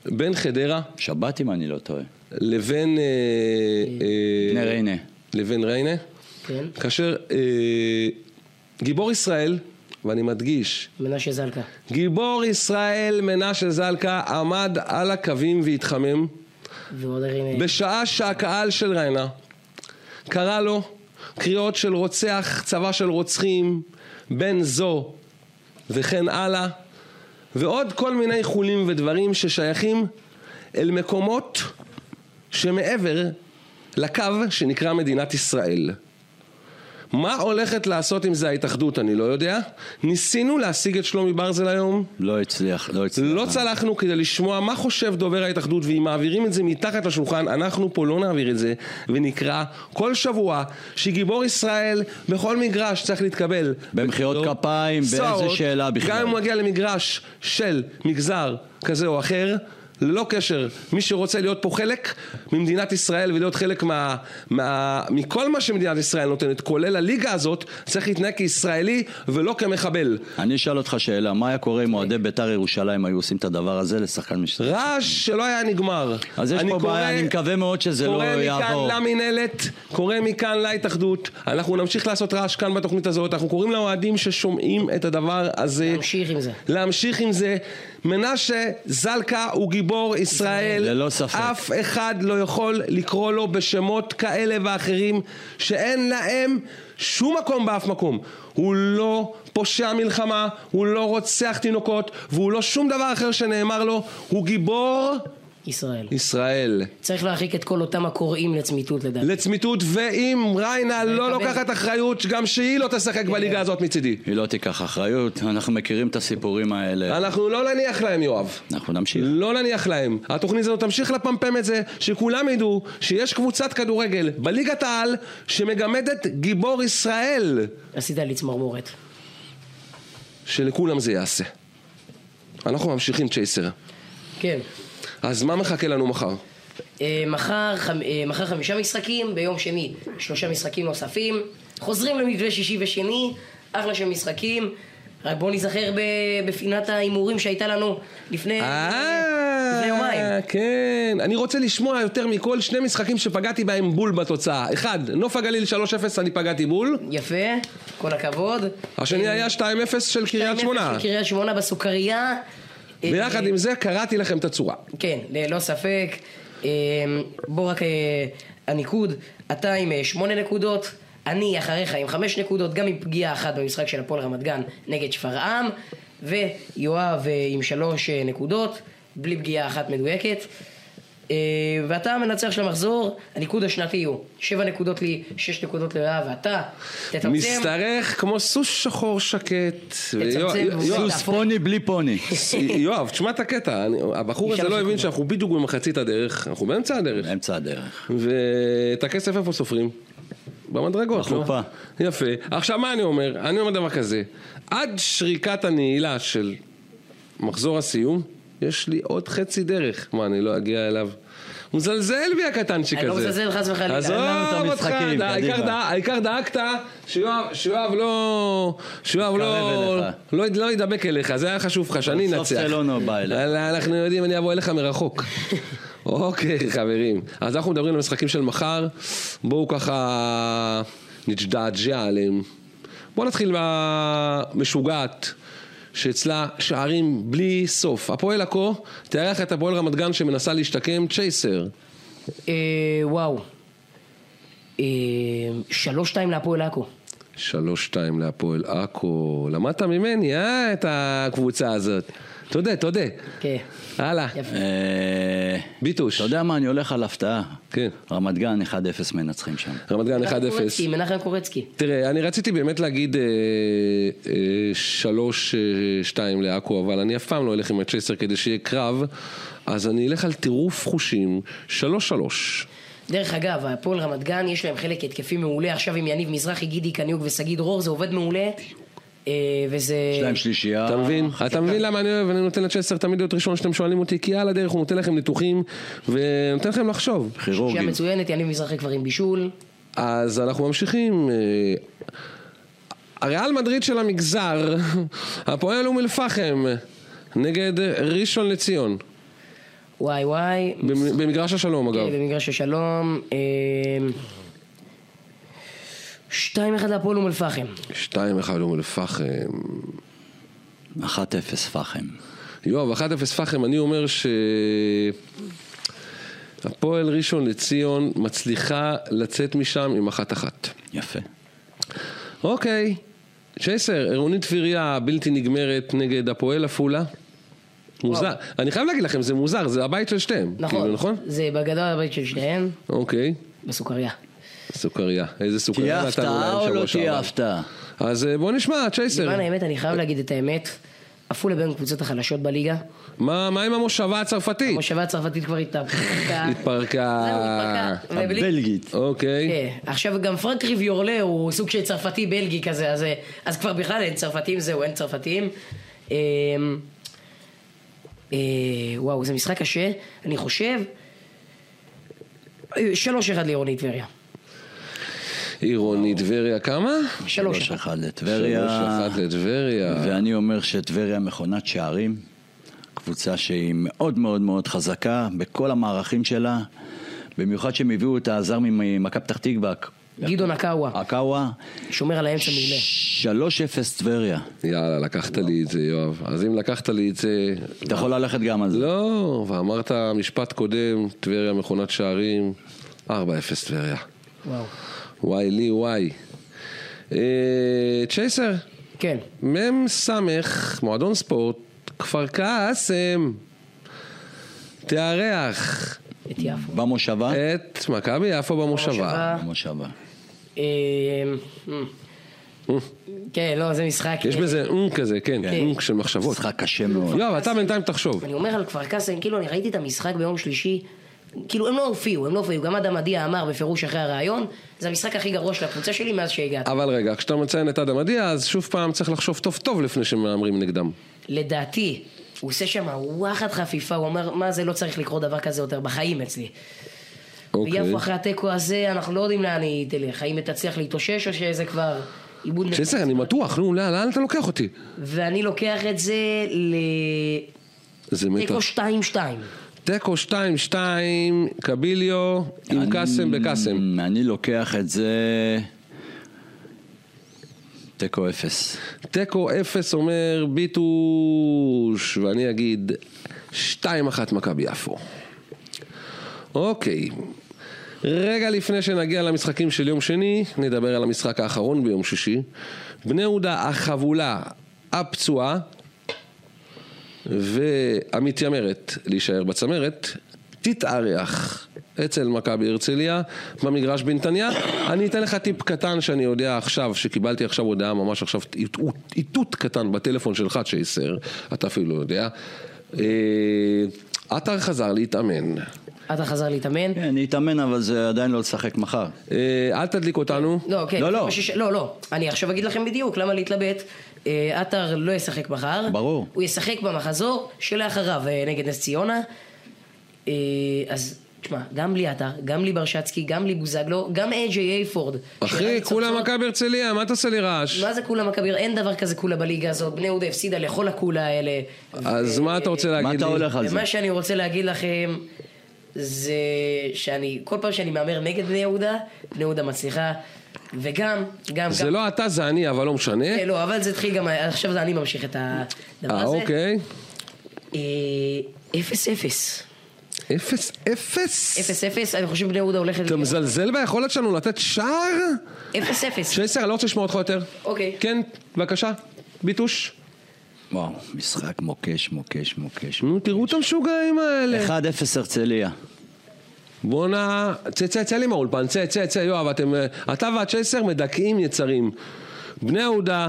B: בין חדרה
C: שבת אם אני לא טועה.
B: לבין... אה, אה,
C: בני ריינה.
B: לבין ריינה.
D: כן.
B: כאשר אה, גיבור ישראל, ואני מדגיש,
D: מנשה זלקה.
B: גיבור ישראל מנשה זלקה עמד על הקווים והתחמם
D: ועוד הרים...
B: בשעה שהקהל של ריינה קרא לו קריאות של רוצח, צבא של רוצחים, בן זו וכן הלאה ועוד כל מיני חולים ודברים ששייכים אל מקומות שמעבר לקו שנקרא מדינת ישראל. מה הולכת לעשות עם זה ההתאחדות אני לא יודע. ניסינו להשיג את שלומי ברזל היום,
C: לא הצליח, לא הצליח.
B: לא צלחנו כדי לשמוע מה חושב דובר ההתאחדות, ואם מעבירים את זה מתחת לשולחן, אנחנו פה לא נעביר את זה, ונקרא כל שבוע שגיבור ישראל בכל מגרש צריך להתקבל.
C: במחיאות
B: לא-
C: כפיים, באיזה
B: סערות,
C: שאלה בכלל.
B: גם אם הוא מגיע למגרש של מגזר כזה או אחר, ללא קשר, מי שרוצה להיות פה חלק ממדינת ישראל ולהיות חלק מה, מה, מכל מה שמדינת ישראל נותנת, כולל הליגה הזאת, צריך להתנהג כישראלי ולא כמחבל.
C: אני אשאל אותך שאלה, מה היה קורה אם אוהדי בית"ר ירושלים היו עושים את הדבר הזה לשחקן משטרה?
B: רעש שלא היה נגמר.
C: אז יש
B: אני
C: פה
B: קורא-
C: בעיה, אני מקווה מאוד שזה לא יעבור.
B: קורא מכאן למינהלת, קורא מכאן להתאחדות. אנחנו נמשיך לעשות רעש כאן בתוכנית הזאת. אנחנו קוראים לאוהדים ששומעים את הדבר הזה.
D: להמשיך עם זה.
B: להמשיך עם זה. מנשה זלקה הוא גיבור ישראל.
C: ללא ספק.
B: אף אחד לא יכול לקרוא לו בשמות כאלה ואחרים שאין להם שום מקום באף מקום. הוא לא פושע מלחמה, הוא לא רוצח תינוקות, והוא לא שום דבר אחר שנאמר לו. הוא גיבור
D: ישראל.
B: ישראל.
D: צריך להרחיק את כל אותם הקוראים לצמיתות לדעתי.
B: לצמיתות, ואם ריינה לא
D: מקבל.
B: לוקחת אחריות, גם שהיא לא תשחק בליגה הזאת מצידי.
C: היא לא תיקח אחריות, אנחנו מכירים את הסיפורים האלה.
B: אנחנו לא נניח להם, יואב.
C: אנחנו
D: כן.
C: נמשיך.
B: לא נניח להם. התוכנית הזאת תמשיך לפמפם את זה, שכולם ידעו שיש קבוצת כדורגל בליגת העל שמגמדת גיבור ישראל,
D: עשית לי צמרמורת.
B: שלכולם זה יעשה. אנחנו ממשיכים צ'ייסר.
D: כן.
B: אז מה מחכה לנו מחר?
D: אה, מחר, חמ- אה, מחר חמישה משחקים, ביום שני שלושה משחקים נוספים. חוזרים למתווה שישי ושני, אחלה של משחקים. רק בואו נזכר ב- בפינת ההימורים שהייתה לנו לפני אה,
B: אה!
D: לפני יומיים.
B: כן. אני רוצה לשמוע יותר מכל שני משחקים שפגעתי בהם בול בתוצאה. אחד, נוף הגליל 3-0, אני פגעתי בול.
D: יפה, כל הכבוד.
B: השני
D: אה,
B: היה 2-0 של קריית
D: 2-0
B: שמונה.
D: של קריית שמונה בסוכריה. אה,
B: ויחד עם זה קראתי לכם את הצורה.
D: כן, ללא ספק. אה, בוא רק אה, הניקוד, אתה עם אה, שמונה נקודות, אני אחריך עם חמש נקודות, גם עם פגיעה אחת במשחק של הפועל רמת גן נגד שפרעם, ויואב אה, עם שלוש אה, נקודות, בלי פגיעה אחת מדויקת. אה, ואתה המנצח של המחזור, הניקוד השנתי הוא שבע נקודות לי, שש נקודות ליואב, ואתה תצמצם.
B: משתרך כמו סוס שחור שקט.
D: תצמצם,
B: ויואב-
D: הוא
C: סוס פוני בלי פוני.
B: אה. יואב, תשמע את הקטע, אני- הבחור הזה
D: נשאר
B: לא
D: לך
B: הבין שאנחנו בדיוק במחצית הדרך, אנחנו באמצע הדרך,
C: אמצע הדרך.
B: ואת הכסף איפה סופרים? במדרגות, לא?
C: בחופה.
B: יפה. עכשיו מה אני אומר? אני אומר דבר כזה, עד שריקת הנעילה של מחזור הסיום, יש לי עוד חצי דרך. מה, אני לא אגיע אליו? הוא מזלזל בי הקטנצ'יק הזה.
D: אני לא מזלזל, חס וחלילה. לא
B: עזוב
C: אין לנו את
B: אותך,
C: המשחקים,
B: דה- העיקר
C: קדימה.
B: דה- העיקר דאגת שיואב שיואב לא... שיואב לא...
C: אליך.
B: לא יד- לא ידבק אליך, זה היה חשוב לך, שאני
C: בסוף
B: אנצח.
C: סלונו בא אליך.
B: אלא אנחנו יודעים, אני אבוא אליך מרחוק. אוקיי, חברים. אז אנחנו מדברים על המשחקים של מחר, בואו ככה נג'דעג'ע עליהם. בואו נתחיל במשוגעת. שאצלה שערים בלי סוף. הפועל עכו תארח את הפועל רמת גן שמנסה להשתקם, צ'ייסר.
D: אה, וואו. אה, שלוש שתיים להפועל עכו.
B: שלוש שתיים להפועל עכו, למדת ממני, אה, את הקבוצה הזאת. תודה, תודה.
D: כן.
B: הלאה,
D: יפה.
C: אה,
B: ביטוש.
C: אתה יודע מה, אני הולך על הפתעה.
B: כן. אה,
C: רמת גן 1-0 מנצחים שם.
B: רמת גן 1-0.
D: מנחם קורצקי, מנחם קורצקי.
B: תראה, אני רציתי באמת להגיד אה, אה, שלוש, אה, שתיים לעכו, אבל אני אף פעם לא אלך עם הצ'סר כדי שיהיה קרב, אז אני אלך על טירוף חושים, שלוש שלוש.
D: דרך אגב, הפועל רמת גן, יש להם חלק התקפי מעולה, עכשיו עם יניב מזרחי, גידי קניוק ושגיא דרור, זה עובד מעולה. אה, וזה...
C: יש להם שלישייה.
B: אתה מבין? אתה מבין למה אני אוהב, אני נותן לצ'סר תמיד להיות ראשון שאתם שואלים אותי, כי על הדרך הוא נותן לכם ניתוחים, ונותן לכם לחשוב.
D: שלישייה
C: כירורגים.
D: מצוינת, יניב מזרחי כבר עם בישול.
B: אז אנחנו ממשיכים. אה, הריאל מדריד של המגזר, <laughs> הפועל אום אל-פחם, נגד ראשון לציון,
D: וואי וואי.
B: במ- במגרש השלום אגב.
D: כן, במגרש השלום. אה, שתיים אחד להפועל אום אל-פחם.
B: 2-1 אום אל-פחם.
C: 1-0 פחם.
B: יואב, 1-0 פחם, אני אומר ש... הפועל ראשון לציון מצליחה לצאת משם עם אחת אחת.
C: יפה.
B: אוקיי, צ'ייסר, עירונית טבריה בלתי נגמרת נגד הפועל עפולה. מוזר, אני חייב להגיד לכם, זה מוזר, זה הבית של שתיהם.
D: נכון.
B: כאילו, נכון?
D: זה בגדול הבית של שניהם,
B: אוקיי,
D: בסוכריה.
B: סוכריה. איזה סוכריה
C: תהיה
B: נתנו
C: הפתעה
B: להם
C: או
B: שבוע
C: לא תהיה
B: שעבר.
C: הפתעה?
B: אז אה, בוא נשמע, צ'ייסר.
D: למען האמת, אני חייב להגיד את האמת. עפולה בין הקבוצות החלשות בליגה.
B: מה מה עם המושבה הצרפתית?
D: המושבה הצרפתית כבר התפרקה.
B: התפרקה.
D: זהו, התפרקה. ובלי-
C: הבלגית.
B: אוקיי.
D: כן. עכשיו גם פרנק ריביורלה הוא סוג של צרפתי בלגי כזה, אז, אז כבר בכלל אין צרפתים, זהו, אין צרפתים. אמ, אה, וואו, זה משחק קשה, אני חושב. אה, 3-1 לעירוני טבריה.
B: עירוני טבריה כמה?
D: 3-1.
C: 3-1 לטבריה.
B: 3-1 לטבריה.
C: ואני אומר שטבריה מכונת שערים, קבוצה שהיא מאוד מאוד מאוד חזקה בכל המערכים שלה, במיוחד שהם הביאו את הזר ממכבי פתח תקווה,
D: גדעון
B: אה,
D: עקאווה,
C: עקאווה,
D: שומר על האמצע מעולה.
C: 3-0 טבריה.
B: יאללה, לקחת לי את זה, יואב. אז אם לקחת לי את זה...
C: אתה יכול ללכת גם על זה.
B: לא, ואמרת משפט קודם, טבריה מכונת שערים, 4-0 טבריה.
D: וואו.
B: וואי לי וואי. אה, צ'ייסר,
D: כן.
B: מ"ם סמך, מועדון ספורט, כפר קאסם, תארח
D: את יפו.
C: במושבה?
B: את מכבי יפו במושבה.
D: במושבה.
C: במושבה.
D: אה, כן, לא, זה משחק...
B: יש בזה אונק כזה, כן, אונק של מחשבות.
C: משחק קשה מאוד.
B: יואב, אתה בינתיים תחשוב.
D: אני אומר על כפר קאסם, כאילו אני ראיתי את המשחק ביום שלישי, כאילו הם לא הופיעו, הם לא הופיעו, גם אדם עדיה אמר בפירוש אחרי הראיון, זה המשחק הכי גרוע של הקבוצה שלי מאז שהגעתי.
B: אבל רגע, כשאתה מציין את אדם עדיה, אז שוב פעם צריך לחשוב טוב טוב לפני שמהמרים נגדם.
D: לדעתי, הוא עושה שם וואחד חפיפה, הוא אומר, מה זה, לא צריך לקרות דבר כזה יותר בחיים אצלי.
B: אוקיי.
D: ויפו אחרי התיקו הזה, אנחנו לא יודעים לאן היא תלך, האם היא תצליח להתאושש או שזה כבר עיבוד... נפש?
B: צ'ייסר, אני מתוח, נו, לאן לאן אתה לוקח אותי?
D: ואני לוקח את זה
B: זה מתח.
D: לתיקו 2-2.
B: תיקו 2-2, קביליו עם קאסם בקאסם.
C: Mm, אני לוקח את זה... תיקו אפס.
B: תיקו 0 אומר ביטוש, ואני אגיד 2-1 מכבי יפו. אוקיי. רגע לפני שנגיע למשחקים של יום שני, נדבר על המשחק האחרון ביום שישי. בני יהודה החבולה, הפצועה, והמתיימרת להישאר בצמרת, תתארח אצל מכבי הרצליה במגרש בנתניה. אני אתן לך טיפ קטן שאני יודע עכשיו, שקיבלתי עכשיו הודעה, ממש עכשיו איתות- איתות קטן בטלפון שלך, צ'ייסר, אתה אפילו לא יודע. אה, עטר חזר להתאמן.
D: אתה חזר להתאמן?
C: כן, להתאמן, אבל זה עדיין לא לשחק מחר.
B: אה, אל תדליק אותנו.
D: לא, כן.
C: לא, לא.
D: מה שש- לא, לא. אני עכשיו אגיד לכם בדיוק למה להתלבט. אה, עטר לא ישחק מחר.
C: ברור.
D: הוא ישחק במחזור שלאחריו אה, נגד נס ציונה. אה, אז תשמע, גם בלי עטר, גם בלי ברשצקי, גם בלי בוזגלו, גם איי-ג'יי אייפורד.
B: אחי, כולה מכבי הרצליה, מה אתה עושה לי רעש?
D: מה זה כולה מכבי? אין דבר כזה כולה בליגה הזאת. בני יהודה הפסידה לכל הכולה האלה.
B: אז מה אתה רוצה
C: מה
B: להגיד
C: אתה
B: לי?
C: הולך על זה?
D: ומה שאני רוצה להגיד לכם זה שאני, כל פעם שאני מהמר נגד בני יהודה, בני יהודה מצליחה. וגם, גם,
B: זה
D: גם...
B: לא אתה, זה אני, אבל לא משנה.
D: אה, לא, אבל זה התחיל גם, עכשיו זה אני ממשיך את הדבר
B: אה,
D: הזה.
B: אוקיי.
D: אה, אפס אפס.
B: אפס אפס?
D: אפס אפס, אני חושב בני יהודה הולכת...
B: אתה מזלזל ביכולת שלנו לתת שער?
D: אפס אפס.
B: שייסר, אני לא רוצה לשמוע אותך יותר.
D: אוקיי.
B: כן, בבקשה, ביטוש.
C: וואו, משחק מוקש, מוקש, מוקש.
B: נו, תראו את המשוגעים האלה.
C: 1-0 הרצליה.
B: בואנה, צא, צא, צא לי מהאולפן, צא, צא, צא, יואב, אתם, אה, אתה והצ'ייסר מדכאים יצרים. בני יהודה,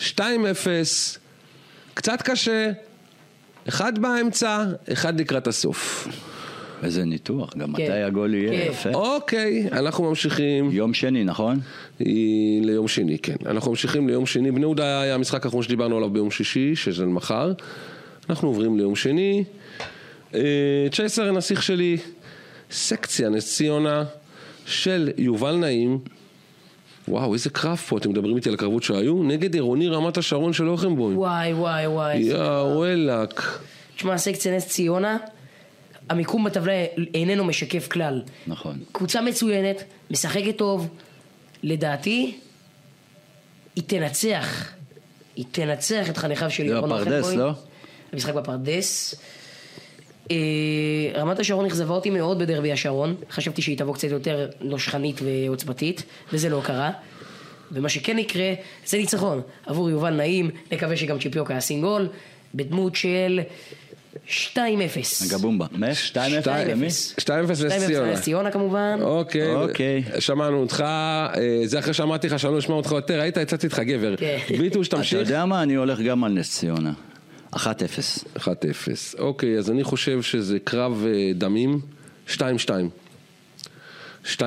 B: 2-0, קצת קשה, אחד באמצע, אחד לקראת הסוף.
C: איזה ניתוח, גם
D: כן.
C: מתי הגול יהיה,
D: כן.
C: יפה.
B: אוקיי, אנחנו ממשיכים.
C: יום שני, נכון?
B: היא ליום שני, כן. אנחנו ממשיכים ליום שני. בני יהודה היה המשחק האחרון שדיברנו עליו ביום שישי, שזה מחר. אנחנו עוברים ליום שני. אה, צ'ייסר הנסיך שלי, סקציה נס ציונה של יובל נעים. וואו, איזה קרב פה, אתם מדברים איתי על הקרבות שהיו? נגד עירוני רמת השרון של אוכנבוים.
D: וואי וואי וואי.
B: יא וואלאק.
D: תשמע, סקציה נס ציונה, המיקום בטבלה איננו משקף כלל.
C: נכון.
D: קבוצה מצוינת, משחקת טוב, לדעתי, היא תנצח. היא תנצח את חניכיו של
C: זה בפרדס,
D: אורן
C: לא?
D: המשחק בפרדס. אה, רמת השרון אכזבה אותי מאוד בדרבי השרון, חשבתי שהיא תבוא קצת יותר נושכנית ועוצמתית, וזה לא קרה. ומה שכן יקרה, זה ניצחון עבור יובל נעים, נקווה שגם צ'יפיוקה ישים גול, בדמות של 2-0.
C: גבומבה. מה? 2-0 למי?
B: 2-0 נס
D: 2-0
B: ציונה.
D: לנס ציונה כמובן.
B: אוקיי,
C: אוקיי.
B: שמענו אותך, אה, זה אחרי שאמרתי לך שאני לא אשמע אותך יותר, היית, יצאתי איתך גבר.
D: כן.
B: ביטוש,
C: אתה
B: תמשיך.
C: יודע מה? אני הולך גם על נס ציונה. 1-0.
B: 1-0. אוקיי, אז אני חושב שזה קרב אה, דמים 2-2. 2-2.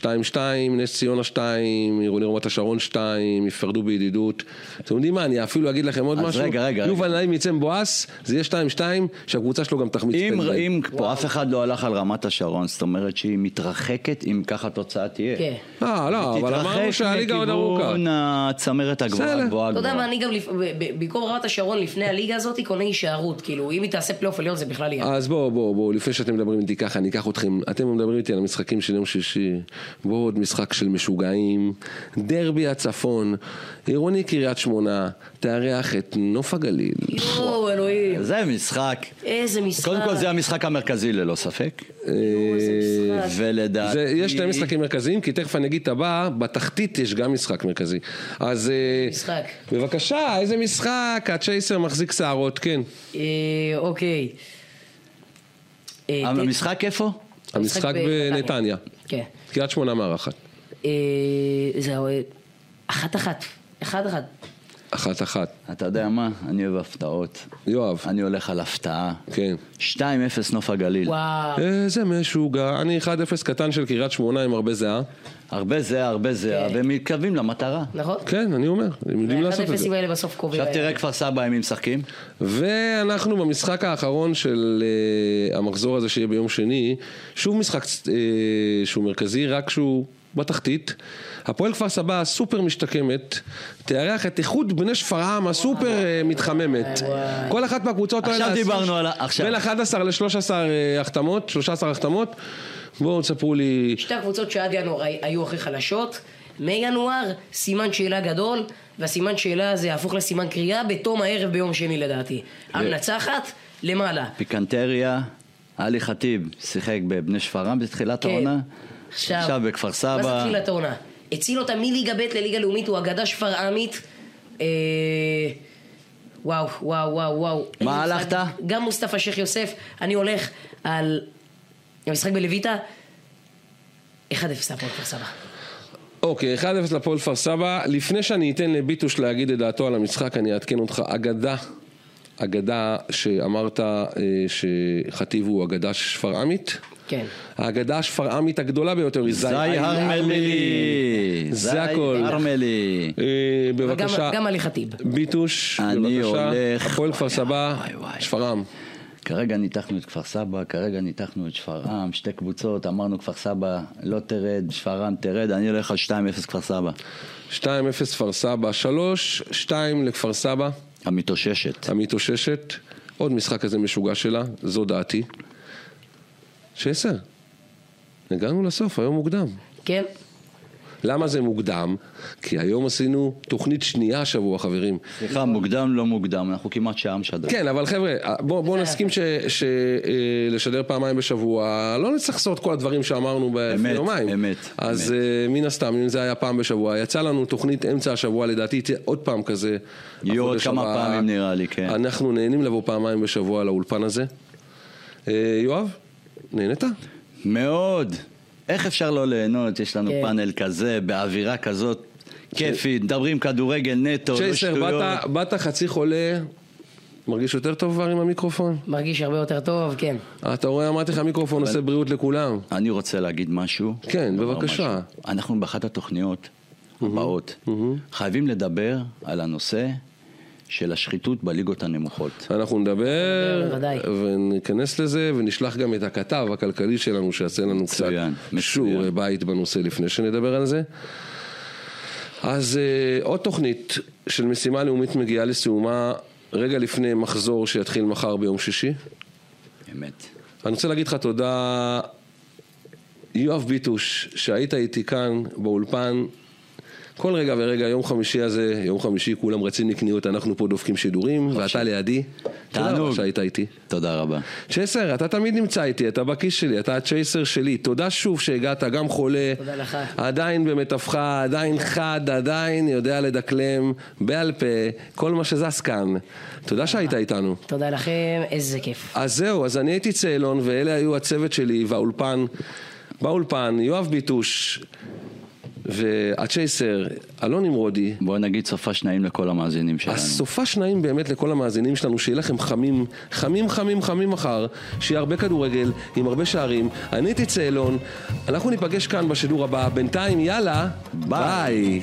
B: 2-2, נס ציונה 2, עירוני רמת השרון 2, יפרדו בידידות. אתם יודעים מה, אני אפילו אגיד לכם עוד
C: אז
B: משהו.
C: רגע, רגע,
B: יובל נעים יצא מבואס, זה יהיה 2-2, שהקבוצה שלו גם תחמיץ
C: אם,
B: פנדל.
C: אם פה אף אחד לא הלך על רמת השרון, זאת אומרת שהיא מתרחקת אם ככה התוצאה תהיה.
D: כן.
B: אה, לא, אבל
C: תתרחק
B: אמרנו שהליגה עוד ארוכה.
C: מכיוון הצמרת הגבוהה
B: בסדר.
C: גבוהה
D: אתה יודע מה,
C: גבוהה.
D: אני גם, לפ- ב- ב- במקום רמת השרון לפני הליגה הזאת, קונה הישארות, כאילו, אם היא תעשה פלייאוף עליון זה בכלל יהיה.
B: אז בואו, בואו, בואו, לפני שאתם מדברים איתי ככה, אני אקח אתכם, אתם מדברים איתי על המשחקים של יום שישי, בואו עוד משחק של משוגעים, דרבי הצפון, עירוני קריית שמונה, תארח את נוף הגליל.
D: יואו,
B: אה,
D: אלוהים,
C: זה משחק.
D: איזה משחק.
C: קודם כל זה המשחק המרכזי ללא ספק.
D: יואו, איזה משחק.
C: ולדעתי...
B: זה, יש שני משחקים מרכזיים, כי תכף אני אגיד את הבא, בתחתית יש גם משחק מרכזי. אז... אה,
D: משחק.
B: בבקשה, איזה משחק, הצ'ייסר מחזיק שערות, כן.
D: אה, אוקיי. אה, ת-
C: המשחק איפה?
B: המשחק בנתניה.
D: כן.
B: קריית שמונה מארחת.
D: אה, זהו, אה, אחת אחת. אחד אחד.
B: אה, אחת אחת.
C: אתה יודע מה? אני אוהב הפתעות.
B: יואב.
C: אני הולך על הפתעה.
B: כן.
C: 2-0 נוף הגליל.
D: וואו.
B: איזה משוגע. אני 1-0 קטן של קריית שמונה עם הרבה זהה.
C: הרבה זהה, הרבה זהה,
D: כן.
C: ומתקרבים למטרה.
D: נכון?
B: כן, אני אומר, הם יודעים לעשות את זה.
D: האלה בסוף קובעים.
C: עכשיו תראה כפר סבא הם משחקים.
B: ואנחנו במשחק האחרון של uh, המחזור הזה שיהיה ביום שני, שוב משחק uh, שהוא מרכזי, רק שהוא בתחתית. הפועל כפר סבא הסופר משתקמת, תארח את איחוד בני שפרעם הסופר uh, מתחממת. כל אחת מהקבוצות
C: עכשיו
B: עשו
C: דיברנו
B: ש-
C: על ה- עכשיו.
B: בין 11 ל-13 אה, החתמות, 13 החתמות. בואו תספרו לי...
D: שתי הקבוצות שעד ינואר הי- היו הכי חלשות, מינואר סימן שאלה גדול, והסימן שאלה הזה יהפוך לסימן קריאה בתום הערב ביום שני לדעתי. המנצחת, למעלה.
C: פיקנטריה, עלי חטיב שיחק בבני שפרעם בתחילת העונה. עכשיו בכפר
D: כן. מה זה
C: סבא.
D: תחילת העונה? הציל אותה מליגה ב' לליגה לאומית, הוא אגדה שפרעמית. אה, וואו, וואו, וואו, וואו. אין לי מושג.
C: הלכת?
D: גם מוסטפא שייח יוסף, אני הולך על המשחק בלויטה. 1-0 הפועל כפר סבא.
B: אוקיי, 1-0 לפועל כפר סבא. לפני שאני אתן לביטוש להגיד את דעתו על המשחק, אני אעדכן אותך. אגדה, אגדה שאמרת אה, שחטיב הוא אגדה שפרעמית.
D: כן.
B: האגדה השפרעמית הגדולה ביותר היא זי
C: זי הרמלי.
B: זה הכל.
C: זי הרמלי.
B: אה,
D: וגם-
B: בבקשה,
D: גם עלי חטיב.
B: ביטוש,
C: אני
B: בבקשה.
C: הולך-
B: הפועל כפר
C: וואי,
B: סבא,
C: וואי, וואי.
B: שפרעם.
C: כרגע ניתחנו את כפר סבא, כרגע ניתחנו את שפרעם, שתי קבוצות, אמרנו כפר סבא לא תרד, שפרעם תרד, אני הולך על 2-0 כפר סבא,
B: 2-0 כפר סבא, 3-2 לכפר סבא.
C: המתאוששת.
B: המתאוששת, עוד משחק כזה משוגע שלה, זו דעתי. שעשר. הגענו לסוף, היום מוקדם.
D: כן.
B: למה זה מוקדם? כי היום עשינו תוכנית שנייה השבוע, חברים.
C: סליחה, מוקדם לא מוקדם, אנחנו כמעט שעה משדרים.
B: כן, אבל חבר'ה, בואו בוא נסכים שלשדר פעמיים בשבוע, לא נצטרך לעשות את כל הדברים שאמרנו
C: אמת,
B: לפני יומיים.
C: אמת,
B: אז
C: אמת.
B: אה, מן הסתם, אם זה היה פעם בשבוע, יצא לנו תוכנית אמצע השבוע, לדעתי תהיה עוד פעם כזה.
C: יהיו עוד
B: החודש
C: כמה
B: הבא.
C: פעמים נראה לי, כן.
B: אנחנו נהנים לבוא פעמיים בשבוע לאולפן הזה. אה, יואב,
C: לא,
B: נהנית?
C: מאוד. איך אפשר לא ליהנות? יש לנו
D: כן.
C: פאנל כזה, באווירה כזאת כיפית, מדברים כדורגל נטו, לא
B: צ'ייסר,
C: שטויות.
B: באת- באת חצי חולה, מרגיש יותר טוב כבר עם המיקרופון?
D: מרגיש הרבה יותר טוב, כן.
B: אה, אתה רואה, אמרתי לך, המיקרופון עושה בריאות לכולם.
C: אני רוצה להגיד משהו.
B: כן,
C: לומר
B: בבקשה. Mm-hmm.
C: משהו. אנחנו באחת התוכניות הבאות חייבים לדבר על הנושא של השחיתות בליגות הנמוכות.
B: אנחנו נדבר,
D: בוודאי.
B: וניכנס לזה, ונשלח גם את הכתב הכלכלי שלנו, שיעשה לנו קצת
C: מצוין, מצוין.
B: שיעורי בית בנושא לפני שנדבר על זה. אז אה, עוד תוכנית של משימה לאומית מגיעה לסיומה רגע לפני מחזור שיתחיל מחר ביום שישי.
C: אמת.
B: אני רוצה להגיד לך תודה, יואב ביטוש, שהיית איתי כאן באולפן. כל רגע ורגע, יום חמישי הזה, יום חמישי כולם רצים לקניות, אנחנו פה דופקים שידורים, ואתה לידי. תודה
C: תענוג.
B: רבה שהיית איתי.
C: תודה רבה.
B: צ'ייסר, אתה תמיד נמצא איתי, אתה בכיס שלי, אתה הצ'ייסר שלי. תודה שוב שהגעת, גם חולה.
D: תודה לך.
B: עדיין במיטבך, עדיין חד, עדיין יודע לדקלם בעל פה כל מה שזז כאן. תודה שהיית איתנו.
D: תודה לכם, איזה כיף.
B: אז זהו, אז אני הייתי צאלון, ואלה היו הצוות שלי והאולפן. באולפן, יואב ביטוש והצ'ייסר, אלון נמרודי,
C: בוא נגיד סופה שניים לכל המאזינים שלנו.
B: הסופה שניים באמת לכל המאזינים שלנו, שיהיה לכם חמים, חמים חמים חמים מחר, שיהיה הרבה כדורגל, עם הרבה שערים. אני הייתי צאלון, אנחנו ניפגש כאן בשידור הבא, בינתיים יאללה, ביי.